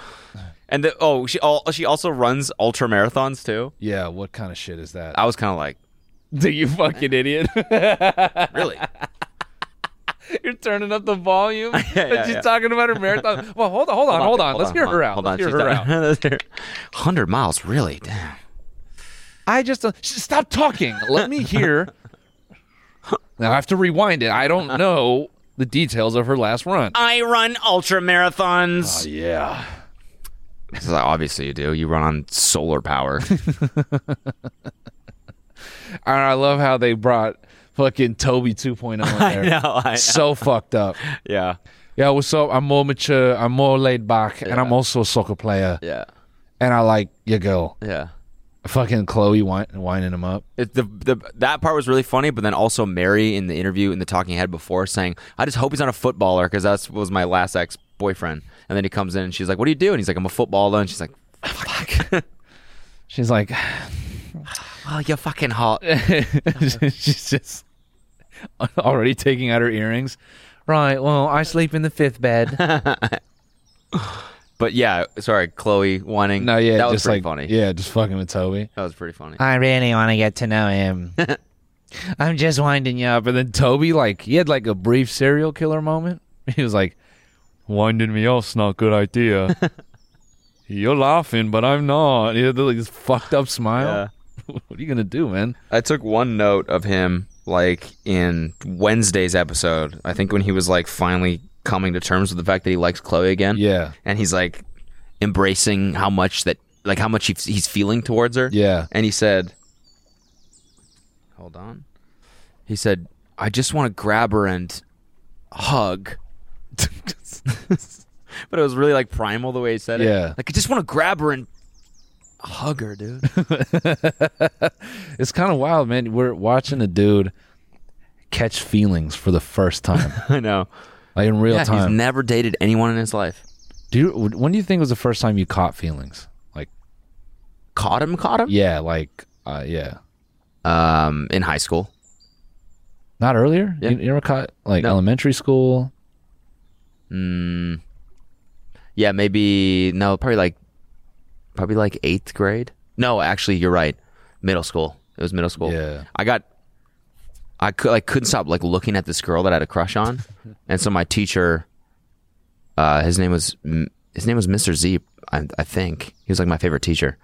Speaker 2: And the, oh, she all, she also runs ultra marathons too.
Speaker 3: yeah, what kind of shit is that?
Speaker 2: I was kind of like,
Speaker 3: *laughs* Do you fucking idiot?
Speaker 2: *laughs* really?
Speaker 3: *laughs* You're turning up the
Speaker 2: *laughs*
Speaker 3: volume.
Speaker 2: yeah,
Speaker 3: she's
Speaker 2: yeah.
Speaker 3: talking about her
Speaker 2: *laughs*
Speaker 3: marathon. Well, hold on, hold on, hold on. Let's hear her out.
Speaker 2: Hold
Speaker 3: Let's
Speaker 2: on,
Speaker 3: hear her out.
Speaker 2: *laughs* Hundred miles, really? Damn.
Speaker 3: I just uh, sh- stop talking. Let me
Speaker 2: *laughs*
Speaker 3: hear. now I have to rewind it. I don't know the details of her last run.
Speaker 2: I run ultra marathons.
Speaker 3: yeah.
Speaker 2: Oh, obviously you do. You run on solar power.
Speaker 3: And I love how they brought fucking Toby 2.0 in there.
Speaker 2: know, *laughs* I know.
Speaker 3: So fucked up.
Speaker 2: yeah.
Speaker 3: *laughs* Yeah, what's up? I'm more mature. I'm more laid back, and I'm also a soccer player.
Speaker 2: Yeah.
Speaker 3: And I like your girl.
Speaker 2: Yeah.
Speaker 3: Fucking Chloe whin- winding him up.
Speaker 2: It, the, the that part was really funny, but then also Mary in the interview in the talking head before saying, "I just hope he's not a footballer because that was my last ex boyfriend." And then he comes in and she's like, "What do you do?" And he's like, "I'm a footballer." And she's like, "Fuck, *laughs*
Speaker 3: She's like, *laughs*
Speaker 2: oh, you're fucking *laughs* hot."
Speaker 3: she's just *laughs* already taking out her earrings. Right. Well, I sleep in the fifth bed.
Speaker 2: But yeah, sorry, Chloe whining.
Speaker 3: no, yeah,
Speaker 2: that was
Speaker 3: just
Speaker 2: pretty
Speaker 3: like
Speaker 2: funny.
Speaker 3: yeah, just fucking with Toby.
Speaker 2: That was pretty funny.
Speaker 3: I really want to get to
Speaker 2: *laughs*
Speaker 3: know him. I'm just winding you up, and then Toby like he had like a brief serial killer moment. *laughs* He was like, "Winding me up's not a
Speaker 2: *laughs*
Speaker 3: good idea." You're laughing, but I'm not. He had like this fucked up smile. *laughs* what are you gonna do, man?
Speaker 2: I took one note of him, like in Wednesday's episode. I think when he was like finally coming to terms with the fact that he likes Chloe again.
Speaker 3: Yeah.
Speaker 2: and he's like embracing how much that, like how much he, he's feeling towards her.
Speaker 3: Yeah.
Speaker 2: and he said, "Hold on," he said, "I just want to grab her and hug." *laughs* but it was really like primal the way he said it.
Speaker 3: Yeah.
Speaker 2: like I just want to grab her and hug her, dude. *laughs*
Speaker 3: It's kind of wild, man. We're watching a dude catch feelings for the first time, *laughs*
Speaker 2: I know.
Speaker 3: like in real
Speaker 2: yeah,
Speaker 3: time.
Speaker 2: He's never dated anyone in his life.
Speaker 3: do you, when do you think was the first time you caught feelings? Like,
Speaker 2: Caught him, caught him.
Speaker 3: yeah, like, uh, yeah,
Speaker 2: Um, in high school.
Speaker 3: Not earlier? You, you never caught like elementary school?
Speaker 2: Mm, yeah, maybe no, probably like probably like eighth grade. No, actually, you're right. Middle school. It was middle school. Yeah, I got. I could like couldn't stop like looking at this girl that I had a crush on, and so my teacher, uh, his name was his name was Mr. Z, I, I think he was like my favorite teacher.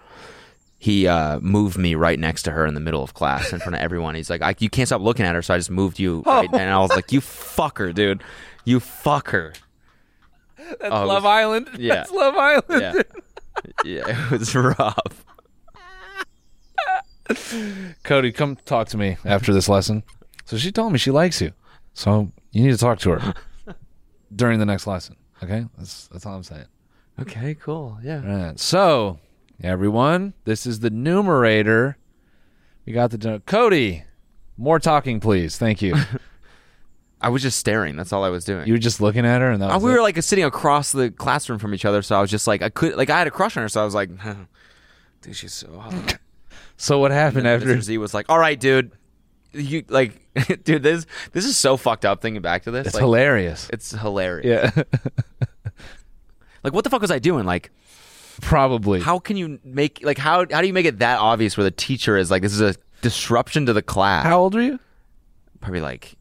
Speaker 2: He uh, moved me right next to her in the middle of class in front of everyone. He's like, I, "You can't stop looking at her," so I just moved you, right, and I was like, "You fucker, dude, you fucker."
Speaker 5: That's
Speaker 2: Oh, it
Speaker 5: Love
Speaker 2: was-
Speaker 5: Island.
Speaker 2: yeah.
Speaker 5: That's Love Island.
Speaker 2: Yeah. *laughs* yeah, it was rough.
Speaker 3: Cody, come talk to me after this lesson. So she told me she likes you. So you need to talk to her during the next lesson. Okay? That's that's all I'm saying.
Speaker 2: Okay, cool. Yeah.
Speaker 3: Right. So, everyone, this is the numerator. We got the do- Cody. More talking, please. Thank you.
Speaker 2: I was just staring. That's all I was doing.
Speaker 3: You were just looking at her, and that
Speaker 2: Uh,
Speaker 3: was
Speaker 2: we
Speaker 3: it?
Speaker 2: were like sitting across the classroom from each other, so I was just like, I could, like, I had a crush on her, so I was like, dude, she's so
Speaker 3: *laughs*
Speaker 2: hot.
Speaker 3: So what happened
Speaker 2: And
Speaker 3: after?
Speaker 2: Mr. Z was like, all right, dude, you like, *laughs* dude, this this is so fucked up. Thinking back to this,
Speaker 3: It's
Speaker 2: Like,
Speaker 3: hilarious.
Speaker 2: It's hilarious.
Speaker 3: Yeah.
Speaker 2: *laughs*
Speaker 3: *laughs*
Speaker 2: Like, what the fuck was I doing? Like,
Speaker 3: probably.
Speaker 2: How can you make like how how do you make it that obvious where the teacher is like this is a disruption to the class?
Speaker 3: How old were you?
Speaker 2: Probably like,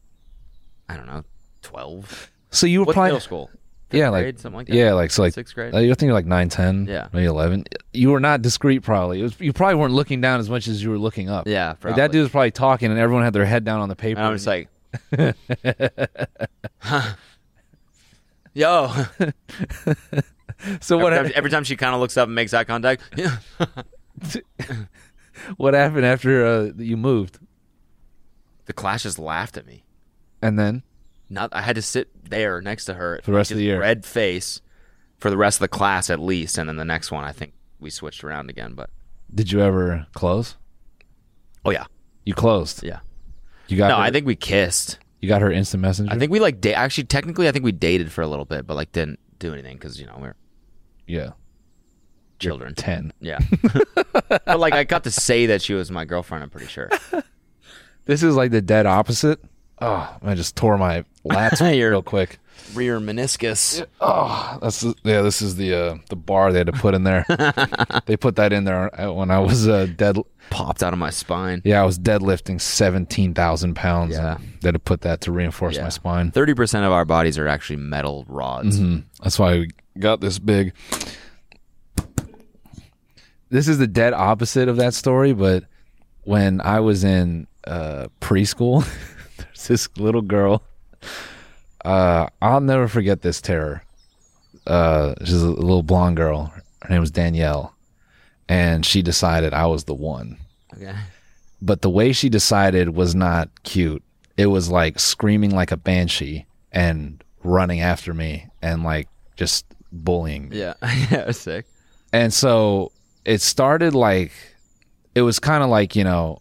Speaker 2: I don't know, twelve.
Speaker 3: So you were
Speaker 2: What's
Speaker 3: playing
Speaker 2: middle school. Fifth
Speaker 3: yeah, like
Speaker 2: grade, something like that.
Speaker 3: yeah, like so, like
Speaker 2: sixth grade.
Speaker 3: uh, I think you're like nine, ten,
Speaker 2: Yeah.
Speaker 3: maybe eleven. You were not discreet, probably. It was, you probably weren't looking down as much as you were looking up.
Speaker 2: Yeah,
Speaker 3: Like, that
Speaker 2: probably.
Speaker 3: dude was probably talking, and everyone had their head down on the paper.
Speaker 2: And I'm just *laughs* like, Huh. yo. *laughs*
Speaker 3: So what
Speaker 2: Every time,
Speaker 3: hap-
Speaker 2: every time she kind of looks up and makes eye contact, *laughs* yeah.
Speaker 3: what happened after uh, you moved?
Speaker 2: the class just laughed at me.
Speaker 3: And then
Speaker 2: Not, I had to sit there next to her
Speaker 3: For the rest of
Speaker 2: just
Speaker 3: the year.
Speaker 2: Red face for the rest of the class at least, and then the next one I think we switched around again. But
Speaker 3: did you ever close?
Speaker 2: oh yeah,
Speaker 3: You closed.
Speaker 2: Yeah.
Speaker 3: You got
Speaker 2: no,
Speaker 3: her-
Speaker 2: I think we kissed.
Speaker 3: you got her instant messenger.
Speaker 2: I think we like da- actually technically I think we dated for a little bit, but like didn't do anything because you know we're
Speaker 3: yeah.
Speaker 2: children,
Speaker 3: ten.
Speaker 2: Yeah, *laughs* but like I got to say that she was my girlfriend. I'm pretty sure.
Speaker 3: This is like the dead opposite. Oh, I just
Speaker 2: *laughs*
Speaker 3: tore my lats real quick.
Speaker 2: Rear meniscus.
Speaker 3: Oh, that's the, yeah. This is the uh, the bar they had to put in there. they put that in there uh, when I was uh, dead.
Speaker 2: Popped out of my spine.
Speaker 3: Yeah, I was deadlifting seventeen thousand pounds.
Speaker 2: Yeah.
Speaker 3: and they had to put that to reinforce my spine.
Speaker 2: Thirty percent of our bodies are actually metal rods.
Speaker 3: Mhm. That's why we got this big. This is the dead opposite of that story, but when I was in uh, preschool, *laughs* there's this little girl. Uh, I'll never forget this terror. Uh, she's a little blonde girl. Her name was Danielle, and she decided I was the one
Speaker 2: Okay.
Speaker 3: but the way she decided was not cute. It was like screaming like a banshee and running after me and like just bullying me.
Speaker 2: Yeah. yeah. Sick.
Speaker 3: And so it started like it was kind of like, you know,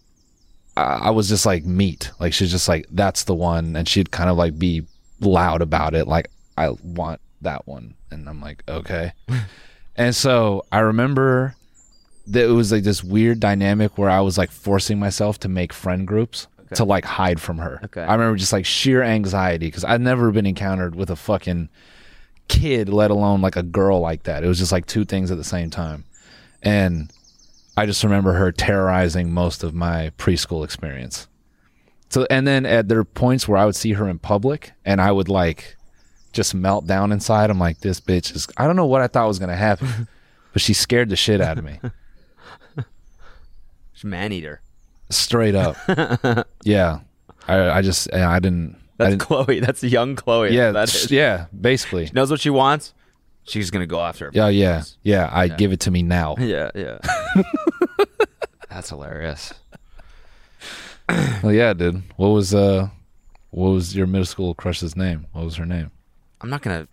Speaker 3: I I was just like meat. Like she's just like that's the one and she'd kind of like be loud about it like I want that one and I'm like okay. and so I remember that it was like this weird dynamic where I was like forcing myself to make friend groups to like hide from her. Okay. I remember just like sheer anxiety cuz I'd never been encountered with a fucking kid, let alone like a girl like that. It was just like two things at the same time. And I just remember her terrorizing most of my preschool experience. So, and then at there are points where I would see her in public and I would like just melt down inside. I'm like, this bitch is, I don't know what I thought was going
Speaker 2: *laughs*
Speaker 3: to happen, but she scared the shit out of me
Speaker 2: She's man eater. *laughs*
Speaker 3: straight up. yeah. I, I just, and I didn't, I
Speaker 2: That's
Speaker 3: didn't,
Speaker 2: Chloe. That's young Chloe.
Speaker 3: yeah,
Speaker 2: That
Speaker 3: sh-
Speaker 2: is.
Speaker 3: yeah,
Speaker 2: *laughs*
Speaker 3: basically.
Speaker 2: Knows what she wants. She's gonna go after it.
Speaker 3: Yeah, yeah, yeah. I
Speaker 2: Yeah.
Speaker 3: give it to me now.
Speaker 2: *laughs* Yeah. Yeah.
Speaker 3: *laughs*
Speaker 2: That's hilarious.
Speaker 3: Well, yeah, dude. What was uh, what was your middle school crush's name? What was her name?
Speaker 2: I'm not gonna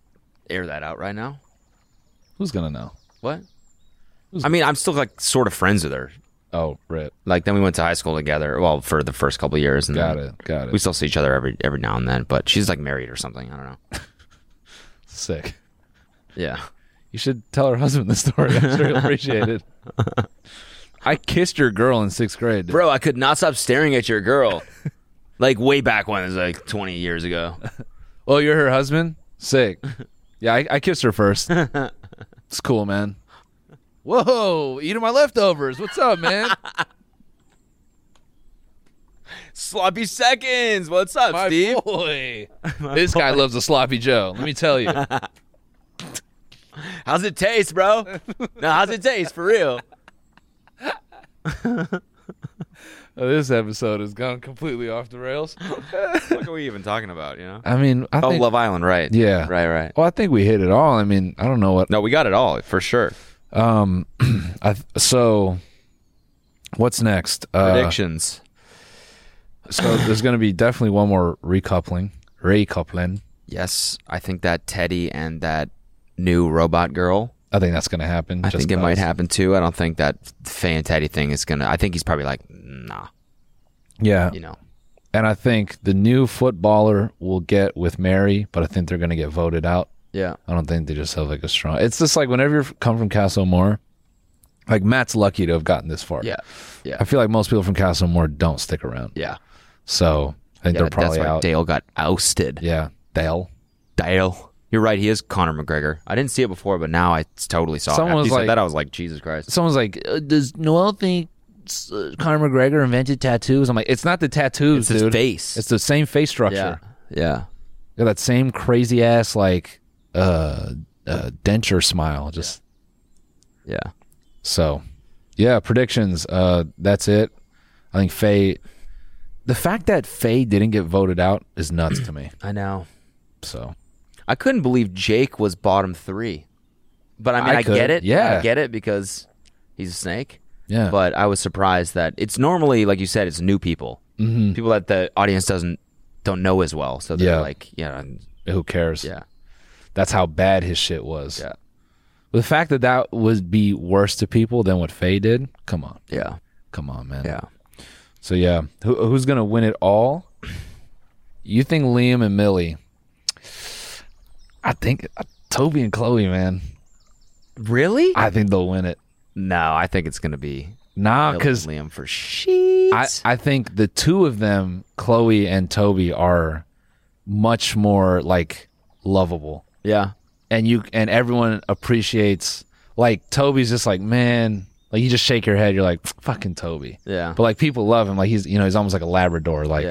Speaker 2: air that out right now.
Speaker 3: Who's gonna know?
Speaker 2: What? I mean, I'm still like sort of friends with her.
Speaker 3: Oh, rip.
Speaker 2: Like then we went to high school together. Well, for the first couple of years, and
Speaker 3: Got
Speaker 2: then
Speaker 3: it, got it.
Speaker 2: We still see each other every every now and then, but she's like married or something. I don't
Speaker 3: *laughs*
Speaker 2: know.
Speaker 3: Sick.
Speaker 2: Yeah.
Speaker 3: You should tell her husband the story. I'm sure he'll appreciate *laughs* it. I kissed your girl in sixth grade. *laughs*
Speaker 2: Bro, I could not stop staring at your girl. Like way back when, it was like 20 years ago.
Speaker 3: Oh, you're her husband? Sick. Yeah, I, I kissed her *laughs* first. It's cool, man. Whoa, eating my leftovers. What's up, *laughs* man?
Speaker 2: Sloppy seconds. What's up,
Speaker 3: My
Speaker 2: Steve?
Speaker 3: *laughs* boy.
Speaker 2: My
Speaker 3: this guy
Speaker 2: boy.
Speaker 3: loves a sloppy Joe. Let me tell *laughs* you.
Speaker 2: How's it taste, bro? no, how's it taste for *laughs* real?
Speaker 3: Oh, this episode has gone completely off the rails.
Speaker 2: what are we even talking about? You know?
Speaker 3: I mean, I
Speaker 2: oh,
Speaker 3: think-
Speaker 2: Love Island, right?
Speaker 3: Yeah.
Speaker 2: right, right.
Speaker 3: Well, I think we hit it all. I mean, I don't know what.
Speaker 2: No, we got it all for sure.
Speaker 3: Um, I th- so what's next? Uh,
Speaker 2: Predictions.
Speaker 3: So there's going to be definitely one more recoupling. Recoupling.
Speaker 2: Yes, I think that Teddy and that new robot girl.
Speaker 3: I think that's going to happen.
Speaker 2: I
Speaker 3: just
Speaker 2: think it might
Speaker 3: because-
Speaker 2: happen too. I don't think that fan Teddy thing is gonna. I think he's probably like, nah.
Speaker 3: Yeah.
Speaker 2: You know.
Speaker 3: And I think the new footballer will get with Mary, but I think they're going to get voted out.
Speaker 2: Yeah.
Speaker 3: I don't think they just have like a strong. It's just like whenever you come from Castle Moore, like Matt's lucky to have gotten this far.
Speaker 2: Yeah. Yeah.
Speaker 3: I feel like most people from Castle Moore don't stick around.
Speaker 2: Yeah.
Speaker 3: So I think
Speaker 2: Yeah,
Speaker 3: they're probably
Speaker 2: that's why
Speaker 3: out.
Speaker 2: Dale got ousted.
Speaker 3: Yeah, Dale.
Speaker 2: Dale. You're right. He is Conor McGregor. I didn't see it before, but now I totally saw
Speaker 3: Someone
Speaker 2: it. After
Speaker 3: was
Speaker 2: you
Speaker 3: like-
Speaker 2: said that, I was like, Jesus Christ.
Speaker 3: Someone's like, uh, does Noel think uh, Conor McGregor invented tattoos? I'm like, it's not the tattoos,
Speaker 2: It's his
Speaker 3: dude.
Speaker 2: face.
Speaker 3: It's the same face structure.
Speaker 2: Yeah.
Speaker 3: Got that same crazy ass like uh, uh denture smile. Just
Speaker 2: yeah.
Speaker 3: So, yeah, predictions. Uh, that's it. I think Faye. The fact that Faye didn't get voted out is nuts to me.
Speaker 2: I know.
Speaker 3: So
Speaker 2: I couldn't believe Jake was bottom three. But I mean,
Speaker 3: I
Speaker 2: I,
Speaker 3: could,
Speaker 2: get it.
Speaker 3: yeah.
Speaker 2: I get it because he's a snake.
Speaker 3: Yeah.
Speaker 2: But I was surprised that it's normally, like you said, it's new people.
Speaker 3: Mhm.
Speaker 2: People that the audience doesn't don't know as well. So they're
Speaker 3: Yeah.
Speaker 2: like, yeah.
Speaker 3: who cares?
Speaker 2: Yeah.
Speaker 3: That's how bad his shit was. Yeah. The fact that that would be worse to people than what Faye did. Come on.
Speaker 2: Yeah.
Speaker 3: Come on, man.
Speaker 2: Yeah.
Speaker 3: So yeah, Who, who's gonna win it all? You think Liam and Millie? I think uh, Toby and Chloe, man.
Speaker 2: Really?
Speaker 3: I think they'll win it.
Speaker 2: No, I think it's going to be
Speaker 3: Nah,
Speaker 2: Bill
Speaker 3: because
Speaker 2: and Liam for shit.
Speaker 3: I, I think the two of them, Chloe and Toby, are much more like lovable.
Speaker 2: Yeah.
Speaker 3: And you and everyone appreciates like Toby's just like, man, like you just shake your head, you're like, fucking Toby.
Speaker 2: Yeah.
Speaker 3: But like people love him. Like he's you know, he's almost like a Labrador, like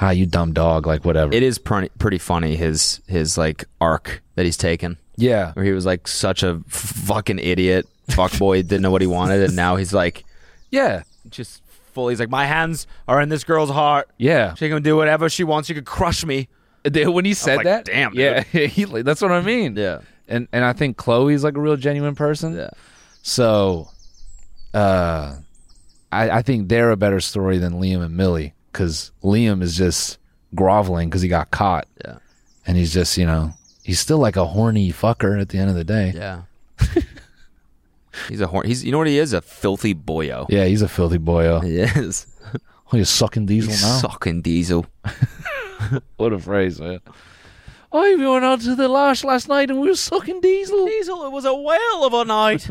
Speaker 3: ah, you dumb dog, like whatever.
Speaker 2: It is pretty pretty funny his his like arc that he's taken.
Speaker 3: Yeah.
Speaker 2: where he was like such a f- fucking idiot, fuckboy, didn't know what he wanted, and now he's like
Speaker 3: yeah.
Speaker 2: just fully. He's like, my hands are in this girl's heart. *laughs*
Speaker 3: Yeah.
Speaker 2: She can do whatever she wants. She could crush me.
Speaker 3: When he said
Speaker 2: like,
Speaker 3: that,
Speaker 2: "Damn,
Speaker 3: yeah, *laughs* he, like, that's what I mean. Yeah, and and I think Chloe's like a real genuine person. Yeah, so, uh, I I think they're a better story than Liam and Millie because Liam is just groveling because he got caught.
Speaker 2: Yeah,
Speaker 3: and he's just you know he's still like a horny fucker at the end of the day.
Speaker 2: Yeah. *laughs* He's a horn. He's you know what he is? A filthy boyo.
Speaker 3: yeah, he's a filthy boyo.
Speaker 2: He is.
Speaker 3: Oh, you're sucking diesel
Speaker 2: He's
Speaker 3: now.
Speaker 2: sucking diesel.
Speaker 3: what a phrase, man. I even Oh, went out to the lash last night and we were sucking diesel.
Speaker 6: Diesel, it was a whale of a night.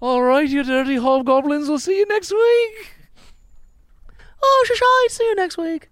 Speaker 3: All right, you dirty hobgoblins. We'll see you next week.
Speaker 6: oh, Shashai, see you next week.